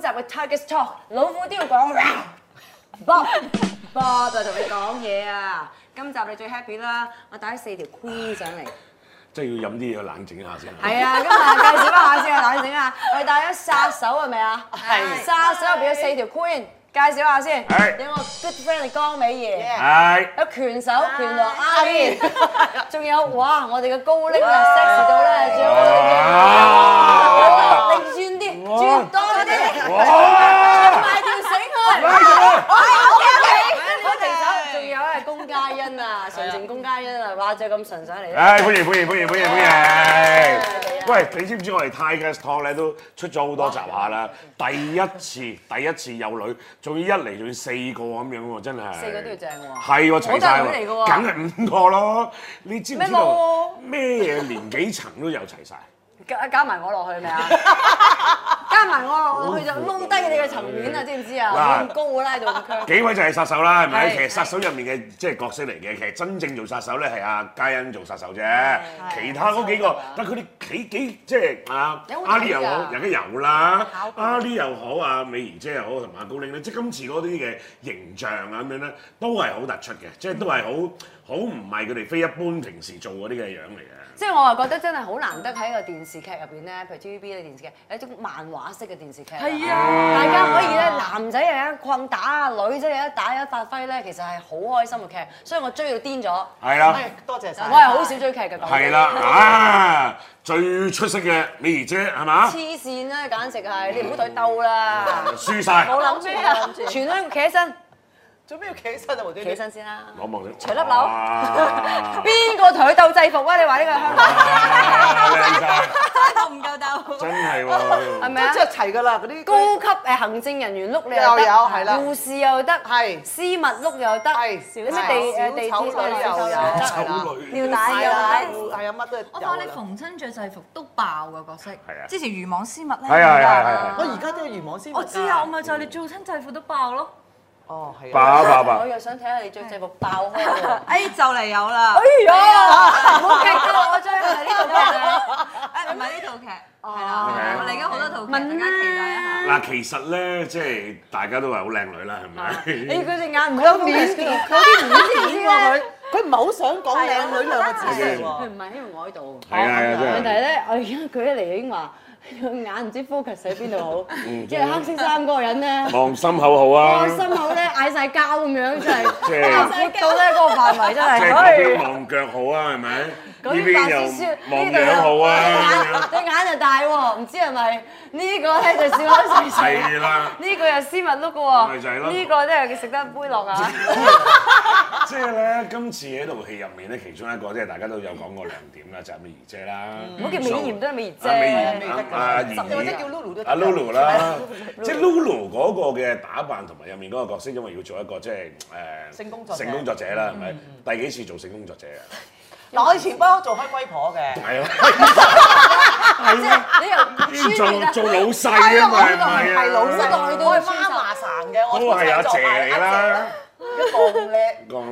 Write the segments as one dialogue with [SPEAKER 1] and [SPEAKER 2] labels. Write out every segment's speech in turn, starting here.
[SPEAKER 1] 下嘅錯，老虎都要講 Bob，Bob 就同你講嘢啊！今集你最 happy 啦，我帶咗四條 queen 上嚟。
[SPEAKER 2] 即係要飲啲嘢冷靜下先。
[SPEAKER 1] 係 啊，今日介紹一下先啊，大家整啊，我哋帶咗殺手係咪啊？
[SPEAKER 3] 係
[SPEAKER 1] 殺手入邊有四條 queen，介紹一下先。
[SPEAKER 2] 係
[SPEAKER 1] 有我 good friend 江美儀，
[SPEAKER 2] 係
[SPEAKER 1] 有拳手拳王阿 i 仲有哇，我哋嘅高拎啊 sex 到咧，仲有我哋嘅。
[SPEAKER 2] 哇！
[SPEAKER 1] 你轉啲，轉多啲，
[SPEAKER 2] 哇！
[SPEAKER 1] 快條繩佢。哎我停手，仲有係龔嘉欣啊，純情龔嘉欣啊，哇，就咁純上嚟啦。
[SPEAKER 2] 唉，歡迎歡迎歡迎歡迎歡迎！喂，你知唔知我哋 Tiger Talk 咧都出咗好多集下啦？第一次第一次有女，仲要一嚟仲要四個咁樣喎，真係
[SPEAKER 1] 四個都要正喎
[SPEAKER 2] 係喎，
[SPEAKER 1] 我
[SPEAKER 2] 齊晒
[SPEAKER 1] 都係女嚟㗎喎
[SPEAKER 2] 梗係五個咯。你知唔知
[SPEAKER 1] 咩冇
[SPEAKER 2] 道咩嘢年紀層都有齊晒？
[SPEAKER 1] 加加埋我落去 咪啊？加埋我落去就撈低你嘅層面啊，知唔知啊？
[SPEAKER 2] 嗱
[SPEAKER 1] 咁高㗎啦，喺度咁 強。
[SPEAKER 2] 幾位就係殺手啦，係咪？
[SPEAKER 1] 係
[SPEAKER 2] 其實殺手入面嘅即係角色嚟嘅，其實真正做殺手咧係阿嘉欣做殺手啫，其他嗰幾個，但佢哋幾幾即係啊
[SPEAKER 1] 啊有好睇㗎
[SPEAKER 2] 阿 Lee 又好，有梗有啦
[SPEAKER 1] 考，古
[SPEAKER 2] 阿 Lee 又好，阿美儀姐又好，同埋阿高玲咧，即係今次嗰啲嘅形象啊咁樣咧，都係好突出嘅，即係都係
[SPEAKER 1] 嗯
[SPEAKER 2] 好好唔係佢哋非一般平時做嗰啲嘅樣嚟嘅。
[SPEAKER 1] 即係我啊覺得真係好難得喺個電視劇入邊咧，譬如 TVB 嘅電視劇有一種漫畫式嘅電視劇，係啊，大家可以咧男仔又有一困打啊，女仔有一打有一發揮咧，其實係好開心嘅劇，所以我追到癲咗。
[SPEAKER 2] 係啦，
[SPEAKER 3] 多謝晒。
[SPEAKER 1] 我係好少追劇嘅，講真
[SPEAKER 2] 係啦，啊最出色嘅美儀姐係嘛？
[SPEAKER 1] 黐線啦，簡直係你唔好對兜啦。
[SPEAKER 2] 輸晒，
[SPEAKER 1] 冇
[SPEAKER 2] 我
[SPEAKER 1] 諗住，冇諗住全香企起身，
[SPEAKER 3] 做咩要企起身啊？無端
[SPEAKER 1] 企起
[SPEAKER 3] 端
[SPEAKER 1] 身先啦。
[SPEAKER 2] 望你
[SPEAKER 1] 除粒樓
[SPEAKER 2] 哇
[SPEAKER 1] 邊個同佢鬥制服啊？你話呢個係香港
[SPEAKER 2] 靚仔，
[SPEAKER 4] 鬥唔夠鬥？
[SPEAKER 2] 真係喎
[SPEAKER 1] 係。咪啊
[SPEAKER 3] 都？着齊㗎啦，嗰啲
[SPEAKER 1] 高級誒行政人員碌你又
[SPEAKER 3] 又
[SPEAKER 1] 得，
[SPEAKER 3] 有係啦
[SPEAKER 1] 護士又得，
[SPEAKER 3] 係
[SPEAKER 1] 私密碌又得，
[SPEAKER 3] 係
[SPEAKER 1] 你咩地誒地鐵
[SPEAKER 3] 小丑女又有
[SPEAKER 1] 又
[SPEAKER 2] 醜女
[SPEAKER 1] 有，尿帶
[SPEAKER 3] 係
[SPEAKER 1] 尿
[SPEAKER 3] 啊
[SPEAKER 1] 帶，，
[SPEAKER 3] 係啊，乜都有
[SPEAKER 4] 我發覺你
[SPEAKER 3] 啦。
[SPEAKER 4] 逢親着制服都爆嘅角色。
[SPEAKER 2] 係啊
[SPEAKER 4] 之前漁網絲襪咧。
[SPEAKER 2] 係啊係啊係啊
[SPEAKER 3] 我而家都有漁網先。
[SPEAKER 4] 我知啊，我。咪就係你做親制服都爆咯。
[SPEAKER 3] 哦，係啊。
[SPEAKER 2] 爸爸
[SPEAKER 1] 我
[SPEAKER 2] 爸，
[SPEAKER 1] 又想睇下你着制服爆開喎。
[SPEAKER 4] 哎，就嚟有啦。
[SPEAKER 1] 哎呀，唔好劇透我追係呢度嘅。
[SPEAKER 4] 哎誒，唔係呢套劇。係啦，
[SPEAKER 2] OK
[SPEAKER 4] 我哋而家好多套劇，大家期待一下。
[SPEAKER 2] 嗱，其實咧，即係大家都係好靚女啦，係
[SPEAKER 1] 你
[SPEAKER 2] 咪？
[SPEAKER 1] 嗰隻眼唔夠面，佢啲面
[SPEAKER 3] 點啊佢？佢唔係好想講靚女兩個字
[SPEAKER 2] 係啊
[SPEAKER 3] 喎。
[SPEAKER 1] 唔係因為我喺度。
[SPEAKER 2] 係啊係啊，
[SPEAKER 1] 問
[SPEAKER 2] 真
[SPEAKER 1] 題
[SPEAKER 2] 係。
[SPEAKER 1] 咧，我而家舉起嚟已經話 個眼唔知 focus 喺邊度好，即係黑色衫嗰個人咧。
[SPEAKER 2] 望心口好嗯啊
[SPEAKER 1] 我，心口咧嗌晒交咁樣，真 係
[SPEAKER 2] 即係
[SPEAKER 1] 闊到咧嗰個範圍真
[SPEAKER 2] 即
[SPEAKER 1] 係，
[SPEAKER 2] 係
[SPEAKER 1] 唉
[SPEAKER 2] 嗰邊望腳好啊，係咪？呢
[SPEAKER 1] 嗰啲白
[SPEAKER 2] 邊
[SPEAKER 1] 雪雪，
[SPEAKER 2] 又望
[SPEAKER 1] 呢度又
[SPEAKER 2] 樣好啊，
[SPEAKER 1] 對眼就大喎，唔知係咪呢個咧就笑得細
[SPEAKER 2] 咁樣
[SPEAKER 1] 細，
[SPEAKER 2] 係啦。
[SPEAKER 1] 呢個又斯文碌嘅
[SPEAKER 2] 咪就係
[SPEAKER 1] 喎，
[SPEAKER 2] 咯
[SPEAKER 1] 呢個真係食得杯落 啊！
[SPEAKER 2] 即係咧，今次喺套戲入面咧，其中一個即係大家都有講過亮點啦，就係美儀姐啦。
[SPEAKER 1] 唔好叫美豔都係美
[SPEAKER 2] 啊美
[SPEAKER 1] 豔啫，
[SPEAKER 2] 儀啊怡
[SPEAKER 3] 或者叫 Lulu 都得
[SPEAKER 2] 阿 Lulu 啦，即係 Lulu 嗰個嘅打扮同埋入面嗰個角色，因為要做一個即係誒
[SPEAKER 3] 性工作者
[SPEAKER 2] 性工作者啦，係咪？第幾次做性工作者啊？
[SPEAKER 3] 嗱，我以前幫我做開龜婆嘅。
[SPEAKER 2] 係啊，
[SPEAKER 1] 即係你又穿越
[SPEAKER 2] 做
[SPEAKER 1] 啦，
[SPEAKER 2] 做老細啊嘛，係咪啊？
[SPEAKER 3] 係老細
[SPEAKER 1] 代都
[SPEAKER 3] 我係媽媽生嘅，我
[SPEAKER 2] 都係阿謝你啦，
[SPEAKER 3] 一個唔叻，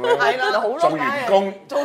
[SPEAKER 2] 講啦，
[SPEAKER 3] 係啦，好咯，
[SPEAKER 2] 做員工，
[SPEAKER 3] 做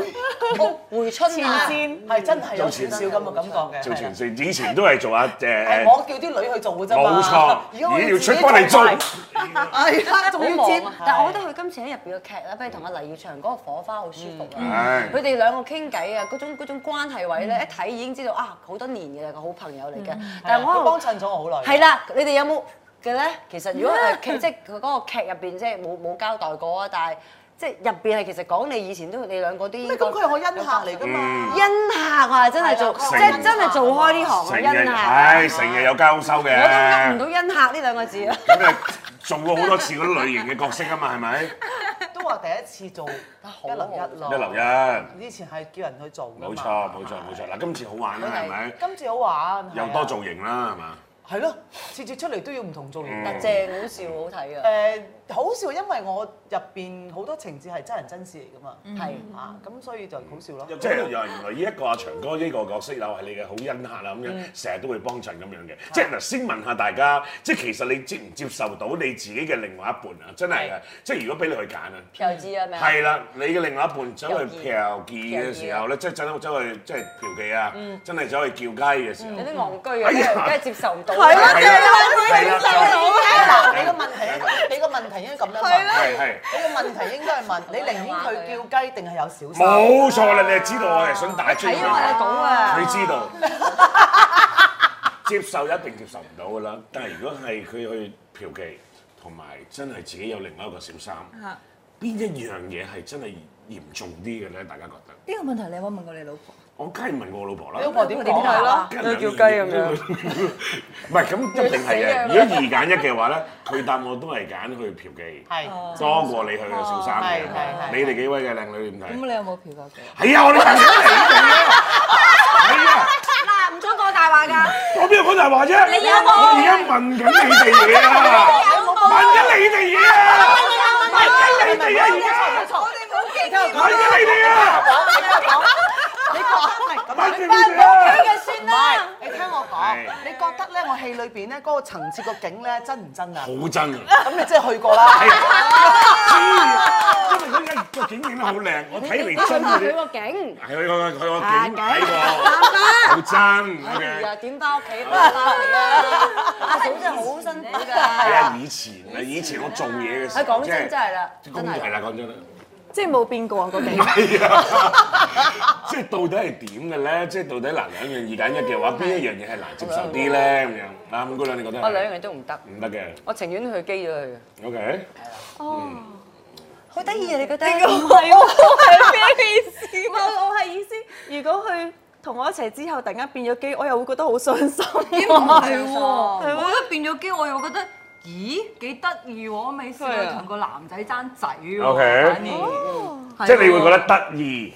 [SPEAKER 1] 回春啊！
[SPEAKER 3] 係真係有少少咁嘅感覺嘅。
[SPEAKER 2] 做全職，以前都係做阿
[SPEAKER 3] 係
[SPEAKER 2] 誒，
[SPEAKER 3] 我叫啲女去做嘅啫嘛。
[SPEAKER 2] 冇 錯，
[SPEAKER 3] 而
[SPEAKER 2] 咦
[SPEAKER 3] 家我
[SPEAKER 2] 要出幫你做，
[SPEAKER 3] 係啦，仲要
[SPEAKER 1] 好忙
[SPEAKER 3] 接
[SPEAKER 1] 啊！但係我覺得佢今次喺入邊嘅劇咧，譬如同阿黎耀祥嗰個火花好舒服啊
[SPEAKER 2] 嗯！係
[SPEAKER 1] 佢哋兩個傾偈啊，嗰種嗰種關係位
[SPEAKER 3] 嗯
[SPEAKER 1] 咧，一睇已經知道啊，好多年嘅啦，個好朋友嚟嘅。但係
[SPEAKER 3] 啊佢
[SPEAKER 1] 我
[SPEAKER 3] 幫
[SPEAKER 1] 喺度
[SPEAKER 3] 襯咗我好耐。
[SPEAKER 1] 係啦，你哋有冇嘅咧？其實如 果係劇，即係佢嗰個劇入邊，即係冇冇交代過啊，但係即係入邊係其實講你以前都你兩個啲
[SPEAKER 3] 咩咁佢係我恩客嚟㗎嘛？
[SPEAKER 1] 恩客啊，真係做
[SPEAKER 3] 係啦
[SPEAKER 1] 即係真係做開呢行
[SPEAKER 2] 成
[SPEAKER 1] 啊，
[SPEAKER 2] 日
[SPEAKER 1] 恩客。
[SPEAKER 2] 唉，成日有交收
[SPEAKER 1] 我都噏唔到
[SPEAKER 2] 嘅，
[SPEAKER 1] 恩客呢兩個字啊！
[SPEAKER 2] 咁啊做過好多次嗰啲類型嘅角色啊嘛，係咪？
[SPEAKER 3] 都話第一次做一流一
[SPEAKER 2] 一流
[SPEAKER 3] 咯。
[SPEAKER 2] 一。
[SPEAKER 3] 以前係叫人去做㗎嘛
[SPEAKER 2] 冇錯冇錯冇錯，。嗱今次好玩啦，係咪？
[SPEAKER 3] 今次好玩，係啊
[SPEAKER 2] 又多造型啦，係嘛？
[SPEAKER 3] 係咯，次次出嚟都要唔同造型。
[SPEAKER 1] 但正好笑好睇啊！
[SPEAKER 3] 誒好笑，因為我入邊好多情節係真人真事嚟噶嘛，
[SPEAKER 1] 係
[SPEAKER 3] 啊，咁所以就好笑咯。
[SPEAKER 2] 即係原來原來呢一個阿長哥呢個角色又係你嘅好恩客啦咁樣，成日都會幫襯咁樣嘅。即係嗱，先問下大家，即係其實你接唔接受到你自己嘅另外一半啊？真係
[SPEAKER 3] 係
[SPEAKER 2] 嘅，即係如果俾你去揀啊，
[SPEAKER 1] 又知啊咩？
[SPEAKER 2] 係啦，你嘅另外一半走去
[SPEAKER 1] 嫖
[SPEAKER 2] 嫖妓嘅時候咧，即係真係走去即係嫖妓啊，真係走去叫雞嘅時候
[SPEAKER 1] 有，啲戇居啊，
[SPEAKER 2] 哎
[SPEAKER 1] 梗
[SPEAKER 2] 呀
[SPEAKER 1] 係梗係接受唔到。啊
[SPEAKER 3] 係啊咯
[SPEAKER 2] 係啦，係啦，
[SPEAKER 3] 嗱，你個問題，你個問題應該咁樣問。
[SPEAKER 2] 係係。
[SPEAKER 3] 你個問題應該係問你寧願佢叫雞定係有小三？
[SPEAKER 2] 冇錯啦，你係知道我係想打出
[SPEAKER 1] 係因為你
[SPEAKER 2] 佢，
[SPEAKER 1] 講啊，
[SPEAKER 2] 佢知道。 接受一定接受唔到噶啦，但係如果係佢去嫖妓，同埋真係自己有另外一個小三，
[SPEAKER 4] 呢
[SPEAKER 2] 邊一樣嘢係真係嚴重啲嘅咧？大家覺得？
[SPEAKER 4] 個問題你有冇問過你老婆？
[SPEAKER 2] 我梗係問過我老婆啦。
[SPEAKER 3] 你老婆點講
[SPEAKER 4] 係
[SPEAKER 3] 啊
[SPEAKER 4] 咯？
[SPEAKER 2] 梗
[SPEAKER 1] 你
[SPEAKER 2] 係
[SPEAKER 1] 叫雞咁樣
[SPEAKER 2] 唔係咁一定係
[SPEAKER 1] 要死
[SPEAKER 2] 嘅。
[SPEAKER 1] 啊
[SPEAKER 2] 如果二揀一嘅話咧，佢答我都係揀去嫖妓，
[SPEAKER 3] 係
[SPEAKER 2] 多過你去嘅小三嘅
[SPEAKER 3] 係係。係
[SPEAKER 2] 你哋幾位嘅靚女點睇？
[SPEAKER 4] 咁你有冇嫖過佢？
[SPEAKER 2] 係啊，我哋朋友嚟嘅。係啊，
[SPEAKER 4] 嗱，唔準講大話㗎。
[SPEAKER 2] 我邊度講大話啫？
[SPEAKER 4] 你有冇
[SPEAKER 2] 我而家問緊你哋嘢
[SPEAKER 4] 哎
[SPEAKER 2] 啊！問緊你哋嘢啊！問緊你哋啊！而家
[SPEAKER 4] 我哋冇記
[SPEAKER 2] 問緊你哋啊！
[SPEAKER 3] 你講，唔係
[SPEAKER 2] 問
[SPEAKER 3] 咁
[SPEAKER 2] 緊你
[SPEAKER 3] 樣。
[SPEAKER 2] 哋啊！
[SPEAKER 4] 嘅算啦。
[SPEAKER 3] 你聽我講，你覺得咧我戲裏邊咧嗰個層次個景咧真唔真啊？
[SPEAKER 2] 好真啊！
[SPEAKER 3] 咁你真係去過啦。
[SPEAKER 2] 係，因為嗰個景影得好靚，我睇嚟真
[SPEAKER 1] 佢
[SPEAKER 2] 嘅。
[SPEAKER 1] 個景。
[SPEAKER 2] 係佢個佢個景睇過，好真。
[SPEAKER 1] 哎
[SPEAKER 2] OK
[SPEAKER 1] 呀，點翻屋企都翻嚟啊！阿嫂真係好辛苦
[SPEAKER 2] 係
[SPEAKER 1] 㗎。
[SPEAKER 2] 啊，以前啊，以前我做嘢嘅時
[SPEAKER 1] 佢
[SPEAKER 2] 候，
[SPEAKER 1] 講真真係啦，真
[SPEAKER 2] 工係
[SPEAKER 1] 係。
[SPEAKER 2] 啦，講真啦。
[SPEAKER 5] 即係冇變過個景。
[SPEAKER 2] 係啊，即係到底係點嘅咧？即係到底嗱兩樣二揀一嘅話，邊一樣嘢係難接受啲咧？咁樣啊，五姑娘你覺得係？
[SPEAKER 1] 我兩樣都唔得，
[SPEAKER 2] 唔得嘅
[SPEAKER 1] 我情願佢機咗佢嘅。
[SPEAKER 2] ，OK。
[SPEAKER 1] 好得意啊！你覺得？
[SPEAKER 5] 唔係喎，係咩意思？我我係意思，如果佢同我一齊之後，突然間變咗機，我又會覺得好傷心。
[SPEAKER 4] 咦唔係喎，我覺得變咗機，我又覺得，咦幾得意喎！我未試
[SPEAKER 5] 啊
[SPEAKER 4] 過同個男仔爭仔喎。
[SPEAKER 2] OK 哦
[SPEAKER 4] 反而
[SPEAKER 2] 即係你會覺得得意，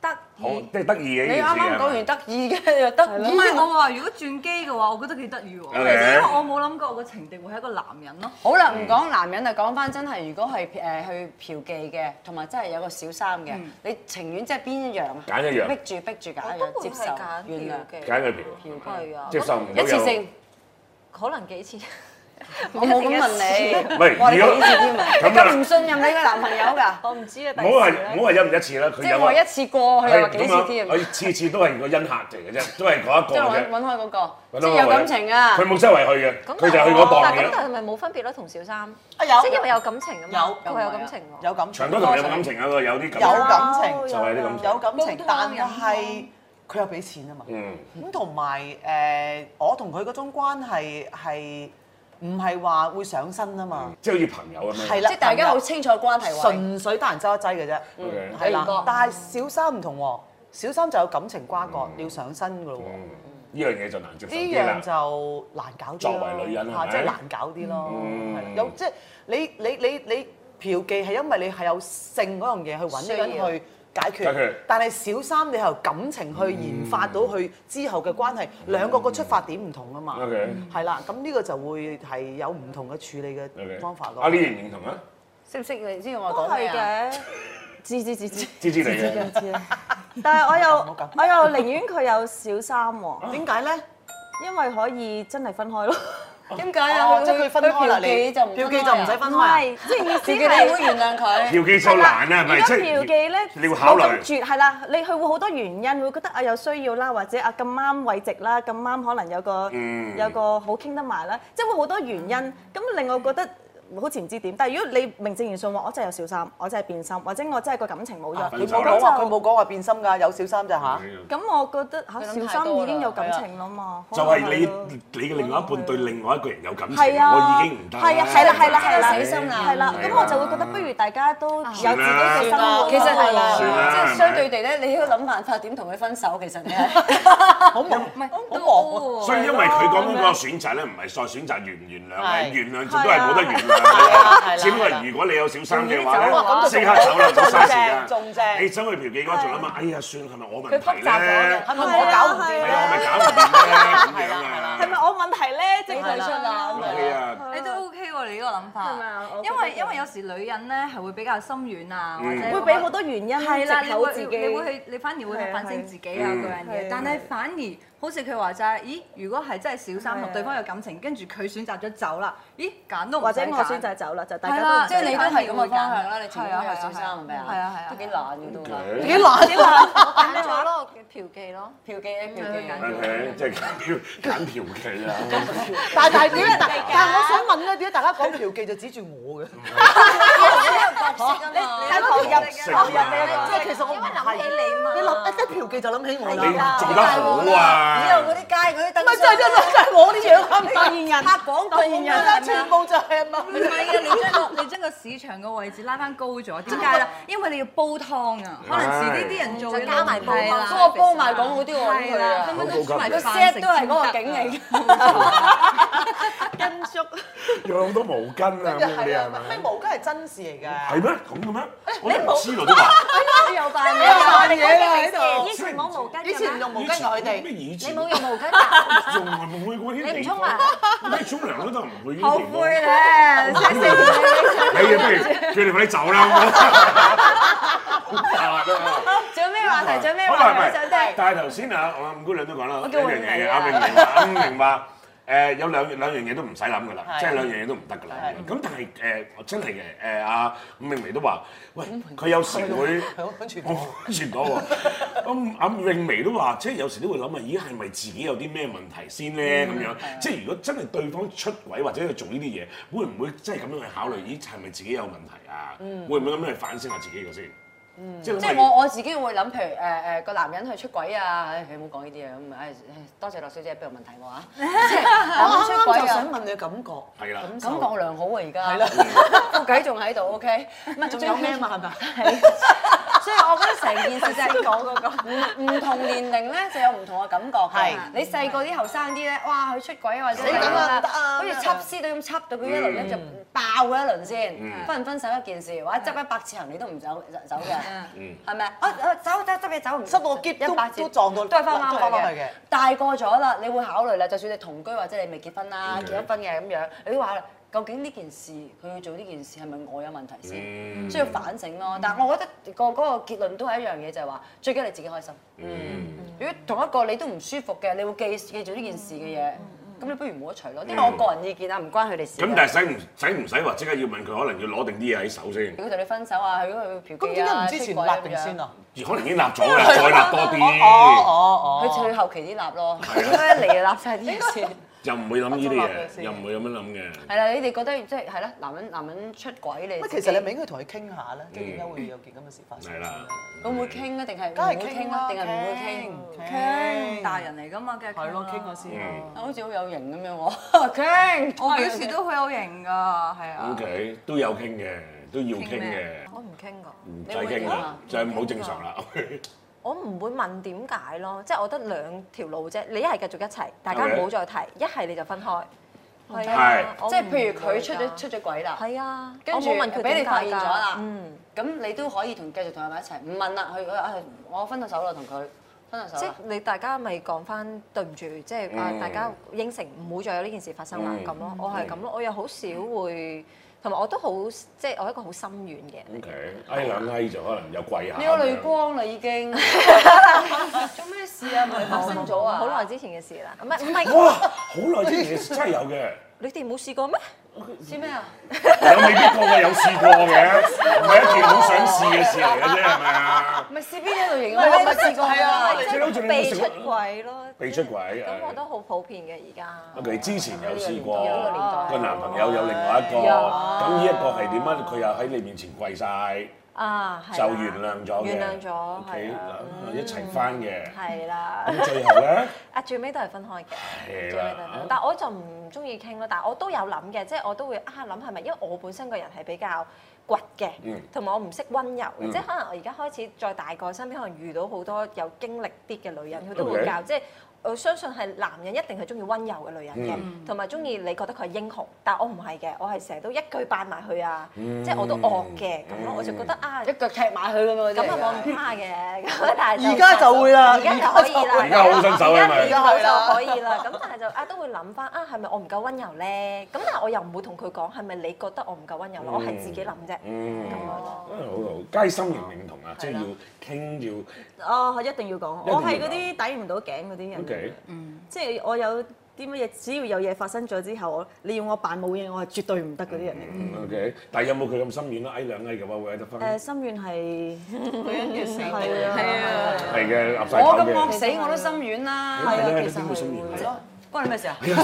[SPEAKER 4] 得
[SPEAKER 2] 好
[SPEAKER 4] 意。
[SPEAKER 2] 即係得意嘅
[SPEAKER 1] 你
[SPEAKER 2] 呢件
[SPEAKER 1] 啱
[SPEAKER 2] 事
[SPEAKER 1] 啱講
[SPEAKER 2] 係咪
[SPEAKER 1] 完得意嘅又得
[SPEAKER 4] 唔係
[SPEAKER 1] 意，
[SPEAKER 4] 我話，如果轉機嘅話，我覺得幾得意喎，因
[SPEAKER 2] OK
[SPEAKER 4] 為我冇諗過我個情敵會係一個男人咯。
[SPEAKER 1] 好啦，唔講男人啦，講翻真係，如果係誒去嫖妓嘅，同埋真係有個小三嘅，你情願即係邊一樣啊？
[SPEAKER 2] 揀一樣
[SPEAKER 1] 逼住逼住揀一樣，接受
[SPEAKER 4] 哦
[SPEAKER 1] 原諒
[SPEAKER 2] 揀佢嫖，
[SPEAKER 1] 嫖妓，
[SPEAKER 6] 係啊，
[SPEAKER 2] 接受唔到
[SPEAKER 1] 一
[SPEAKER 2] 有
[SPEAKER 1] 次性，
[SPEAKER 6] 可能幾次。
[SPEAKER 1] 我冇咁問
[SPEAKER 2] 唔
[SPEAKER 1] 你，哇
[SPEAKER 2] 係
[SPEAKER 1] 你
[SPEAKER 2] 如果
[SPEAKER 1] 幾次添啊？你
[SPEAKER 2] 咁啊
[SPEAKER 1] 咁唔信任你個男朋友㗎？
[SPEAKER 5] 我唔知啊，
[SPEAKER 2] 唔
[SPEAKER 5] 第
[SPEAKER 2] 好話唔好話一唔一次啦，佢
[SPEAKER 1] 即
[SPEAKER 2] 有
[SPEAKER 1] 係
[SPEAKER 2] 個
[SPEAKER 1] 我一次過去，
[SPEAKER 2] 係
[SPEAKER 1] 話幾次添
[SPEAKER 2] 咁樣，我，次次都係個恩客嚟嘅啫，都係嗰一個
[SPEAKER 1] 即係
[SPEAKER 2] 嘅
[SPEAKER 1] 揾
[SPEAKER 2] 啫。
[SPEAKER 1] 揾開嗰個，即
[SPEAKER 2] 揾到我
[SPEAKER 1] 係有
[SPEAKER 2] 嘅
[SPEAKER 1] 感情啊
[SPEAKER 2] 佢！冇周圍去嘅，
[SPEAKER 6] 咁
[SPEAKER 2] 佢就去嗰檔
[SPEAKER 6] 但係咁，
[SPEAKER 2] 嘅。
[SPEAKER 6] 但係咪冇分別咯？同小三，
[SPEAKER 3] 啊有
[SPEAKER 6] 即係因為有感情㗎嘛，
[SPEAKER 3] 有
[SPEAKER 6] 佢係有感情喎。
[SPEAKER 3] 有感情，
[SPEAKER 2] 長哥同你有冇感情啊？佢有啲感
[SPEAKER 3] 有
[SPEAKER 2] 情。
[SPEAKER 3] 感情，
[SPEAKER 2] 就係啲咁
[SPEAKER 3] 有感情
[SPEAKER 4] 煲，
[SPEAKER 3] 但
[SPEAKER 4] 湯飲
[SPEAKER 3] 係佢有俾錢啊嘛。
[SPEAKER 2] 嗯
[SPEAKER 3] 咁同埋誒，我同佢嗰種關係係唔係話會上身啊嘛？
[SPEAKER 2] 即係好似朋友咁樣。
[SPEAKER 3] 係
[SPEAKER 1] 即
[SPEAKER 3] 啦，
[SPEAKER 1] 係大家好清楚關係位。
[SPEAKER 3] 純粹得人揸一劑嘅啫，
[SPEAKER 2] OK
[SPEAKER 3] 係
[SPEAKER 1] 你唔覺
[SPEAKER 3] 啦。但係小三唔同喎，小三就有感情瓜葛，你要上身噶咯喎。
[SPEAKER 2] 嗯呢樣嘢就難接受
[SPEAKER 3] 呢
[SPEAKER 2] 啲啦
[SPEAKER 3] 樣。就難搞啲咯
[SPEAKER 2] 作為女人係咪
[SPEAKER 3] 嚇即係難搞啲咯。
[SPEAKER 2] 嗯
[SPEAKER 3] 係啦有即係你你你你嫖妓係因為你係有性嗰樣嘢去揾一個人
[SPEAKER 1] 需要
[SPEAKER 3] 去解
[SPEAKER 2] 解
[SPEAKER 3] 決
[SPEAKER 2] 決，
[SPEAKER 3] 但係小三你係由感情去研發到佢之後嘅關係，兩個個出發點唔同啊嘛。
[SPEAKER 2] OK
[SPEAKER 3] 係啦，咁呢個就會係有唔同嘅處理
[SPEAKER 2] OK
[SPEAKER 3] 嘅方法
[SPEAKER 2] 阿呢
[SPEAKER 3] 咯。
[SPEAKER 2] 認唔認同啊？
[SPEAKER 1] 識唔識你知道我
[SPEAKER 5] 都
[SPEAKER 1] 講咩
[SPEAKER 5] 係
[SPEAKER 1] 啊？
[SPEAKER 5] 嘅。知知知知，
[SPEAKER 2] 知知你嘅。
[SPEAKER 5] 但係我
[SPEAKER 3] 唔好
[SPEAKER 5] 又
[SPEAKER 3] 咁啊
[SPEAKER 5] 我又寧願佢有小三喎，
[SPEAKER 3] 點解咧？
[SPEAKER 5] 因為可以真係分開咯。
[SPEAKER 1] 點解啊？
[SPEAKER 3] 哦即係佢分開啦，
[SPEAKER 1] 嫖妓
[SPEAKER 3] 你
[SPEAKER 1] 就唔
[SPEAKER 3] 嫖妓就唔使
[SPEAKER 1] 分
[SPEAKER 3] 分
[SPEAKER 5] 唔
[SPEAKER 3] 開啊。
[SPEAKER 5] 係，即係意思
[SPEAKER 1] 開啊，嫖妓你
[SPEAKER 5] 係
[SPEAKER 1] 會。原諒佢。
[SPEAKER 2] 嫖妓就難啊，係咪
[SPEAKER 5] 如
[SPEAKER 2] 即
[SPEAKER 5] 果嫖
[SPEAKER 2] 係
[SPEAKER 5] 妓咧，
[SPEAKER 2] 你要考慮
[SPEAKER 5] 冇咁絕係啦，你佢會好多原因，會覺得啊有需要啦，或者啊咁啱位值啦，咁啱可能有個、
[SPEAKER 2] 嗯
[SPEAKER 5] 有個好傾得埋啦，即係會好多原因。咁令我覺得好似唔知點，但係如果你名正言順話，我真係有小三，我真係變心，或者我真係個感情冇咗，
[SPEAKER 2] 啊分
[SPEAKER 3] 佢
[SPEAKER 2] 手
[SPEAKER 3] 冇
[SPEAKER 2] 啦
[SPEAKER 3] 講話，佢
[SPEAKER 5] 就
[SPEAKER 3] 冇講話變心㗎，有小三咋吓？
[SPEAKER 5] 咁我覺得嚇
[SPEAKER 1] 佢諗太
[SPEAKER 5] 小三
[SPEAKER 1] 多
[SPEAKER 5] 已經有
[SPEAKER 1] 啦啊
[SPEAKER 5] 感情啦嘛，
[SPEAKER 2] 就
[SPEAKER 5] 可能
[SPEAKER 2] 係
[SPEAKER 5] 咯
[SPEAKER 2] 你你嘅另外一半對另外一個人有感情，
[SPEAKER 5] 係啊
[SPEAKER 2] 我已經唔得啦。嗯
[SPEAKER 5] 係啊係啦係啦係啦
[SPEAKER 1] 死心啦啊
[SPEAKER 5] 係啦，咁我就會覺得不如大家都有自己嘅生活咯，
[SPEAKER 1] 其實係啊
[SPEAKER 5] 係
[SPEAKER 1] 啦，
[SPEAKER 2] 算啦
[SPEAKER 1] 即係
[SPEAKER 2] 係咪
[SPEAKER 1] 相對地咧，你要諗辦法點同佢分手。其實你係
[SPEAKER 3] 好忙，
[SPEAKER 4] 唔係
[SPEAKER 3] 好忙啊。
[SPEAKER 2] 所以因為佢講嗰個選擇咧，唔係再選擇原唔原諒嘅，
[SPEAKER 3] 係
[SPEAKER 2] 原諒就都係冇得原諒啊
[SPEAKER 3] 係啦，係啦，
[SPEAKER 2] 只不過
[SPEAKER 3] 係啦。
[SPEAKER 2] 如果你有小三嘅話咧
[SPEAKER 3] 哇咁，就
[SPEAKER 2] 即刻走啦，冇嘥時間。
[SPEAKER 3] 仲正
[SPEAKER 2] 你走去嫖妓嗰仲諗啊，哎呀，算係咪我問
[SPEAKER 1] 佢複
[SPEAKER 2] 題
[SPEAKER 1] 雜咗
[SPEAKER 2] 咧
[SPEAKER 1] 嘅？
[SPEAKER 3] 係咪我搞唔掂
[SPEAKER 2] 係
[SPEAKER 3] 咧？
[SPEAKER 2] 啊，我咪搞唔掂咧咁樣
[SPEAKER 3] 係啦
[SPEAKER 2] 啊。
[SPEAKER 5] 係咪我問題咧？即
[SPEAKER 1] 你
[SPEAKER 5] 係
[SPEAKER 1] 提出啦，咁
[SPEAKER 2] 係
[SPEAKER 1] 樣
[SPEAKER 2] 啊。
[SPEAKER 4] 你都 OK 喎，你呢個諗
[SPEAKER 5] 係咪啊
[SPEAKER 4] 法
[SPEAKER 5] 我，
[SPEAKER 4] 因
[SPEAKER 5] 覺得
[SPEAKER 4] 為因為有時女人咧係會比較心軟啊，
[SPEAKER 2] 嗯
[SPEAKER 4] 或者
[SPEAKER 5] 會俾好多原因
[SPEAKER 4] 係啦，你
[SPEAKER 5] 藉口
[SPEAKER 4] 會
[SPEAKER 5] 自己。
[SPEAKER 4] 你會去，你反而會
[SPEAKER 5] 係
[SPEAKER 4] 去
[SPEAKER 5] 啊
[SPEAKER 4] 反省自己啊
[SPEAKER 2] 係
[SPEAKER 4] 嗰樣
[SPEAKER 5] 係啊
[SPEAKER 4] 嘢。但係反而好似佢話齋，咦？如果係真係小
[SPEAKER 5] 係
[SPEAKER 4] 三
[SPEAKER 5] 啊
[SPEAKER 4] 同對方有感情，跟住佢選擇咗走啦，咦？揀都唔
[SPEAKER 5] 或
[SPEAKER 4] 使
[SPEAKER 5] 者我選擇走啦，就大家
[SPEAKER 4] 係啦
[SPEAKER 5] 都
[SPEAKER 1] 即係你都係咁嘅方向啦，你前面都有小三係咪啊？
[SPEAKER 4] 係啊係啊
[SPEAKER 1] 都幾懶嘅都啦。
[SPEAKER 3] 幾難啲話。
[SPEAKER 6] 揀咗咯，嫖妓咯。
[SPEAKER 1] 嫖妓咧，嫖
[SPEAKER 2] 係
[SPEAKER 1] 妓。
[SPEAKER 2] 咪即係揀嫖揀嫖妓啊！
[SPEAKER 3] 但係但係點解？但但係我想問咧，點解大家講嫖妓就指住我嘅？
[SPEAKER 2] 食啊！
[SPEAKER 3] 即係其實我唔係。你諗一即係嫖妓就諗起我
[SPEAKER 2] 你
[SPEAKER 3] 啦。
[SPEAKER 2] 做得好啊！
[SPEAKER 1] 以後嗰啲街嗰啲燈箱，
[SPEAKER 3] 咪真係真係真係我啲樣啊！
[SPEAKER 5] 發現人
[SPEAKER 1] 拍廣告咁樣
[SPEAKER 3] 而家全部就係咪？
[SPEAKER 4] 唔係啊！你將個你將個市場嘅位置拉翻高
[SPEAKER 5] 啊
[SPEAKER 4] 咗，點解咧？啊因為你要煲湯啊，可能遲啲啲人做
[SPEAKER 6] 就加埋煲
[SPEAKER 4] 係啦
[SPEAKER 1] 嗰個煲賣廣告啲我諗
[SPEAKER 4] 係
[SPEAKER 1] 佢
[SPEAKER 4] 啦，
[SPEAKER 1] 啊
[SPEAKER 4] 根。本都出埋
[SPEAKER 1] 個
[SPEAKER 4] 飯
[SPEAKER 1] set
[SPEAKER 4] 食
[SPEAKER 1] 都係嗰個
[SPEAKER 4] 先
[SPEAKER 1] 景
[SPEAKER 4] 得啊
[SPEAKER 1] 嚟嘅，
[SPEAKER 5] 跟足，
[SPEAKER 2] 有好多毛巾 啊咁嗰啲係
[SPEAKER 3] 咩
[SPEAKER 2] 咪？
[SPEAKER 3] 毛巾係真事嚟㗎？
[SPEAKER 2] 係咩？咁嘅咩？我都唔知道都話。
[SPEAKER 1] 又扮
[SPEAKER 3] 你又
[SPEAKER 1] 嘢。
[SPEAKER 3] 扮 嘢啦喺度。
[SPEAKER 6] 以前冇毛巾
[SPEAKER 3] 以前唔用毛
[SPEAKER 2] 以
[SPEAKER 3] 巾
[SPEAKER 2] 前
[SPEAKER 3] 㗎，佢哋
[SPEAKER 2] 咩以
[SPEAKER 6] 你
[SPEAKER 2] 前？
[SPEAKER 6] 冇用毛巾 㗎，
[SPEAKER 2] 仲係唔會嗰啲
[SPEAKER 6] 你唔
[SPEAKER 2] 地
[SPEAKER 6] 沖
[SPEAKER 2] 方
[SPEAKER 6] 涼？
[SPEAKER 2] 你沖涼都得唔會呢
[SPEAKER 4] 後
[SPEAKER 2] 啲地方
[SPEAKER 4] 悔。咧，寫成
[SPEAKER 2] 你啊，不如叫你快啲走啦！好唔好好煩啊
[SPEAKER 1] 仲有咩話題？仲有咩
[SPEAKER 2] 好
[SPEAKER 1] 話
[SPEAKER 2] 係
[SPEAKER 1] 題
[SPEAKER 2] 咪
[SPEAKER 1] 想聽？
[SPEAKER 2] 但係頭先啊，我五姑娘都講啦，
[SPEAKER 1] 我
[SPEAKER 2] 一
[SPEAKER 1] 叫
[SPEAKER 2] 樣
[SPEAKER 1] 永
[SPEAKER 2] 嘢
[SPEAKER 1] 明
[SPEAKER 2] 啱
[SPEAKER 1] 啊
[SPEAKER 2] 明明話，啱明話誒有兩兩樣嘢都唔使諗噶啦，
[SPEAKER 3] 係
[SPEAKER 2] 即係兩樣嘢都唔得噶啦。咁但係誒我真係嘅誒阿伍明薇都話，喂佢有時會。
[SPEAKER 3] 係咯，跟住
[SPEAKER 2] 我全到喎，啊咁阿詠薇都話，即係有時都會諗啊，咦係咪自己有啲咩問題先咧咁樣？即係如果真係對方出軌或者去做呢啲嘢，會唔會真係咁樣去考慮？咦係咪自己有問題啊？會唔會咁樣去反省下自己嘅先？即係諗
[SPEAKER 1] 即
[SPEAKER 2] 下
[SPEAKER 1] 係我我自己會諗，譬如誒誒個男人去出軌啊，唉佢唔好講呢啲啊咁，唉多謝樂小姐俾個問題我啊，即係男人出
[SPEAKER 3] 我啱啱
[SPEAKER 1] 軌啊
[SPEAKER 3] 就想。問你感覺。
[SPEAKER 2] 係啦
[SPEAKER 3] 感
[SPEAKER 1] 感
[SPEAKER 3] 受
[SPEAKER 1] 覺良好啊！而 家個計仲喺度，OK。唔係
[SPEAKER 3] 仲有咩嘛？係咪？
[SPEAKER 1] 係， 所以我覺得成件事就係講嗰個唔唔同年齡咧就有唔同嘅感覺嘅
[SPEAKER 3] 係。
[SPEAKER 1] 你細個啲後生啲咧，哇佢出軌或者
[SPEAKER 3] 死梗啦唔得啊
[SPEAKER 1] 好似插絲咁插到佢一輪咧就爆佢一輪先，分唔分手一件事，或者執一百次行你都唔走走嘅，係咪？啊啊走走執嘢走唔
[SPEAKER 3] 執到個結都
[SPEAKER 1] 一百次
[SPEAKER 3] 都撞到
[SPEAKER 1] 都係翻返
[SPEAKER 3] 都翻返
[SPEAKER 1] 去
[SPEAKER 3] 去
[SPEAKER 1] 嘅
[SPEAKER 3] 嘅。
[SPEAKER 1] 大個咗啦，你會考慮啦，就算你同居或者你未結婚啦，
[SPEAKER 2] Okay
[SPEAKER 1] 結咗婚嘅咁樣，你都話啦，究竟呢件事佢要做呢件事係咪我有問題先？
[SPEAKER 2] 嗯
[SPEAKER 1] 需要反省咯。但係我覺得個嗰個結論都係一樣嘢，就係話最緊要你自己開心。
[SPEAKER 2] 嗯。
[SPEAKER 1] 如果同一個你都唔舒服嘅，你會記記住呢件事嘅嘢，咁你不如唔好一齊咯。呢個我個人意見啊，唔關佢哋事。
[SPEAKER 2] 嗯咁但係使唔使唔使話即刻要問佢？可能要攞定啲嘢喺手先，
[SPEAKER 1] 如果同你分手啊，如果佢嫖
[SPEAKER 3] 咁
[SPEAKER 1] 妓
[SPEAKER 3] 點解唔
[SPEAKER 1] 啊，
[SPEAKER 3] 之前
[SPEAKER 1] 出軌
[SPEAKER 3] 立定先
[SPEAKER 1] 咁樣？
[SPEAKER 3] 啊？
[SPEAKER 2] 可能已經立咗啦，再立多
[SPEAKER 3] 哦
[SPEAKER 2] 啲，
[SPEAKER 3] 哦
[SPEAKER 1] 佢
[SPEAKER 3] 哦。
[SPEAKER 1] 佢後期啲立 咯，應該一嚟就立晒啲嘢先。
[SPEAKER 2] 又唔會諗呢啲
[SPEAKER 3] 立咗
[SPEAKER 2] 嘢，
[SPEAKER 3] 先
[SPEAKER 2] 又唔會咁樣諗嘅。
[SPEAKER 1] 係啦，你哋覺得即係係啦，男人男人出軌你
[SPEAKER 3] 乜
[SPEAKER 1] 自己。
[SPEAKER 3] 其實你咪應該同佢傾下咧，即係點解會有件咁嘅事發生？
[SPEAKER 2] 係啦，
[SPEAKER 1] 會唔會傾啊？定係唔
[SPEAKER 3] 梗係
[SPEAKER 1] 會
[SPEAKER 3] 傾
[SPEAKER 1] 傾
[SPEAKER 3] 啦，
[SPEAKER 1] 啊？定係唔會傾？
[SPEAKER 3] 傾
[SPEAKER 4] 大人嚟㗎嘛，梗係
[SPEAKER 3] 係咯，
[SPEAKER 4] 啦
[SPEAKER 3] 傾下先啦。
[SPEAKER 1] 好似好有型咁樣 喎，傾。
[SPEAKER 4] 我表示都好有型㗎，係啊
[SPEAKER 2] O。K，都有傾嘅，都要傾
[SPEAKER 4] 傾
[SPEAKER 2] 嘅
[SPEAKER 4] 咩，
[SPEAKER 6] 我唔傾㗎，
[SPEAKER 2] 唔
[SPEAKER 1] 你
[SPEAKER 2] 使
[SPEAKER 1] 會
[SPEAKER 2] 傾
[SPEAKER 1] 傾
[SPEAKER 2] 啦
[SPEAKER 1] 啊，
[SPEAKER 2] 就係唔好正常啦。
[SPEAKER 6] 我唔會問點解咯，即係我覺得兩條路啫。你一係繼續一齊，大家唔好再提；一係你就分開。係啊，我唔
[SPEAKER 1] 即係譬如佢出
[SPEAKER 6] 會
[SPEAKER 1] 咗
[SPEAKER 6] 㗎
[SPEAKER 1] 出咗軌啦，
[SPEAKER 6] 係啊，
[SPEAKER 1] 跟住
[SPEAKER 6] 我冇問佢
[SPEAKER 1] 俾你
[SPEAKER 6] 點解
[SPEAKER 1] 發現咗啦
[SPEAKER 6] 㗎嗯，
[SPEAKER 1] 咁你都可以同繼續同佢埋一齊，唔問啦。佢啊，我分咗手啦，同佢分咗手
[SPEAKER 6] 即係
[SPEAKER 1] 啦。
[SPEAKER 6] 你大家咪講翻對唔住，即係啊
[SPEAKER 2] 嗯
[SPEAKER 6] 大家應承唔會再有呢件事發生啦
[SPEAKER 2] 嗯
[SPEAKER 6] 咁咯。我係咁咯，我又好少會，同埋我都好即係我一個好心軟嘅人嚟
[SPEAKER 2] O K，哎兩閪就可能有跪下。
[SPEAKER 1] 你有淚光啦已 經，做咩事啊？咪發生咗啊？
[SPEAKER 6] 好耐之前嘅事啦，唔係唔係，
[SPEAKER 2] 啊哇！好耐之前真係有嘅，
[SPEAKER 6] 你哋冇試過咩？
[SPEAKER 1] 知咩啊？
[SPEAKER 2] 有未必個個有試過嘅，唔係一件好想試嘅事嚟嘅啫，係咪啊？
[SPEAKER 1] 咪試邊一度型，我咪試過
[SPEAKER 3] 係啊
[SPEAKER 6] 即
[SPEAKER 2] 即係好似
[SPEAKER 6] 係
[SPEAKER 2] 你
[SPEAKER 6] 被
[SPEAKER 2] 冇食
[SPEAKER 6] 出
[SPEAKER 2] 過
[SPEAKER 6] 軌咯，
[SPEAKER 2] 被出軌
[SPEAKER 6] 咁我
[SPEAKER 2] 誒
[SPEAKER 6] 都好普遍嘅而家。
[SPEAKER 2] ，O K，之前有試過
[SPEAKER 1] 有呢個年代
[SPEAKER 2] 個男朋友有另外一個，
[SPEAKER 1] 有
[SPEAKER 2] 咁呢一個係點啊？佢又喺你面前跪晒，
[SPEAKER 6] 啊，係啦
[SPEAKER 2] 就原諒咗嘅，
[SPEAKER 6] 原諒咗，
[SPEAKER 2] O
[SPEAKER 6] 係
[SPEAKER 2] K，
[SPEAKER 6] 啦，
[SPEAKER 2] 一齊翻嘅，
[SPEAKER 6] 係啦。
[SPEAKER 2] 咁最後咧。
[SPEAKER 6] 啊，最尾都係分開
[SPEAKER 2] 係啦
[SPEAKER 6] 嘅，最尾都係分開。但我就唔中意傾咯，但我都有諗嘅，即係我都會啊諗係咪，因為我本身個人係比較倔嘅
[SPEAKER 2] 嗯，
[SPEAKER 6] 同埋、我唔識温柔嘅，
[SPEAKER 2] 嗯
[SPEAKER 6] 即係可能我而家開始再大個，身邊可能遇到好多有經歷啲嘅女人，佢都會
[SPEAKER 2] OK
[SPEAKER 6] 教，即係我相信係男人一定係中意温柔嘅女人
[SPEAKER 2] 嗯
[SPEAKER 6] 嘅，同埋中意你覺得佢係英雄，但我唔係嘅，我係成日都一句扮埋佢啊，
[SPEAKER 2] 嗯
[SPEAKER 6] 即係我都惡嘅咁咯，我就覺得啊，
[SPEAKER 1] 一腳踢埋佢咁樣嗰啲
[SPEAKER 6] 咁啊
[SPEAKER 1] 嚟
[SPEAKER 6] 我唔
[SPEAKER 1] 㗎。
[SPEAKER 6] 怕嘅，咁但係
[SPEAKER 3] 而家就會啦
[SPEAKER 6] 而家就可以啦，
[SPEAKER 2] 而家好新手啊咪
[SPEAKER 6] 而家練好就可以啦，咁但係就啊都會諗翻啊係咪我唔夠温柔咧？咁但係我又唔會同佢講係咪你覺得我唔夠温柔咯，我係自己諗啫。
[SPEAKER 2] 嗯，
[SPEAKER 6] 咁咯
[SPEAKER 2] 啊好好，街心認唔認同啊？即係要傾
[SPEAKER 5] 哦，一定要講，
[SPEAKER 2] 一定要
[SPEAKER 5] 我係嗰啲抵唔到頸嗰啲
[SPEAKER 2] 要
[SPEAKER 5] 人。
[SPEAKER 2] ，OK，
[SPEAKER 5] 即係我有啲乜嘢，只要有嘢發生咗之後，我你要我扮冇嘢，我係絕對唔得嗰啲人嚟。
[SPEAKER 2] 嗯 OK，但係有冇佢咁心軟啦？矮兩矮嘅話會矮得
[SPEAKER 5] 誒、
[SPEAKER 2] 翻，
[SPEAKER 5] 心願係
[SPEAKER 4] 嗯係啊係啊，
[SPEAKER 2] 係嘅，立晒
[SPEAKER 1] 我
[SPEAKER 2] 頭
[SPEAKER 1] 咁惡
[SPEAKER 2] 嘅。
[SPEAKER 1] 死我都心軟啦，
[SPEAKER 2] 係啊
[SPEAKER 1] 係啊，
[SPEAKER 2] 你
[SPEAKER 1] 其實
[SPEAKER 2] 邊會心軟
[SPEAKER 1] 係
[SPEAKER 2] 啫
[SPEAKER 1] 會咯。關你咩事啊？
[SPEAKER 2] 了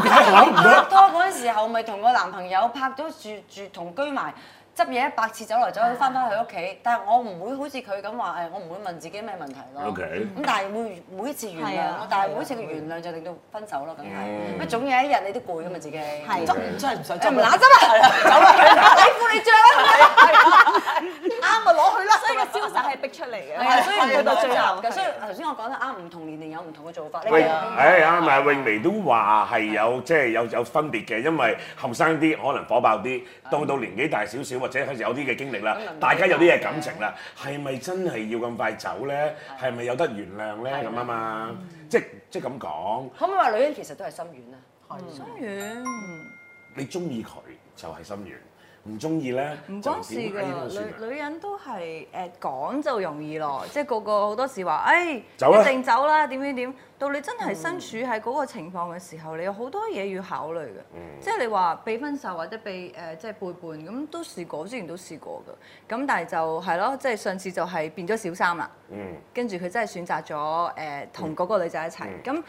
[SPEAKER 2] 解下都唔
[SPEAKER 1] 拍
[SPEAKER 2] 得。
[SPEAKER 1] 拖嗰陣時候，咪同個男朋友拍咗住住同居埋，執嘢一百次走來走去，翻返去屋企。但係我唔會好似佢咁話誒，我唔會問自己咩問題咯。
[SPEAKER 2] OK
[SPEAKER 1] 咁但係每每一次原
[SPEAKER 5] 係
[SPEAKER 1] 諒
[SPEAKER 5] 啊嗯
[SPEAKER 1] 咯，但係每一次嘅原諒就令到分手咯，梗係。乜啊總有一日你都攰噶嘛自己。係
[SPEAKER 3] 執完真係唔想
[SPEAKER 1] 就
[SPEAKER 3] 執
[SPEAKER 1] 唔
[SPEAKER 3] 啦
[SPEAKER 1] 乸，
[SPEAKER 5] 啊
[SPEAKER 1] 執啦，啊走啦，底褲你着啦。啊
[SPEAKER 5] 啱咪攞去啦，啊所以個瀟灑係逼出嚟嘅，
[SPEAKER 1] 係啊，所以
[SPEAKER 5] 去
[SPEAKER 1] 唔
[SPEAKER 5] 到
[SPEAKER 1] 到
[SPEAKER 5] 最
[SPEAKER 1] 最
[SPEAKER 5] 後啊
[SPEAKER 1] 後。所以頭先我講得啱，唔同年齡有唔同嘅做法。你啊
[SPEAKER 2] 喂，
[SPEAKER 1] 哋
[SPEAKER 2] 誒啱
[SPEAKER 5] 啊
[SPEAKER 2] 咪詠薇都話係有即係有有分別嘅，因為後生啲可能火爆啲，到到年紀大少少或者係有啲嘅經歷啦，大家有啲嘅感情啦，係咪真係要咁快走咧？係咪有得原諒咧？咁啊嘛，即即咁講，
[SPEAKER 1] 可唔可以話女人其實都係心軟啊？
[SPEAKER 2] 你中意佢就係心軟，唔中意咧
[SPEAKER 4] 唔
[SPEAKER 2] 就
[SPEAKER 4] 關事
[SPEAKER 2] 點解呢度算啊嗯
[SPEAKER 4] 㗎，女女人都係誒講就容易咯，即係個個好多時話，誒
[SPEAKER 2] 走啊嗯啦
[SPEAKER 4] 一定走啦，點點點，到你真係身處喺嗰個情況嘅時候，你有好多嘢要考慮嘅，
[SPEAKER 2] 嗯
[SPEAKER 4] 即係你話被分手或者被誒、即係背叛咁都試過，之前都試過嘅，咁但係就係咯，即係上次就係變咗小三啦。
[SPEAKER 2] 嗯。
[SPEAKER 4] 跟住佢真係選擇咗誒同嗰個女仔一齊。咁誒、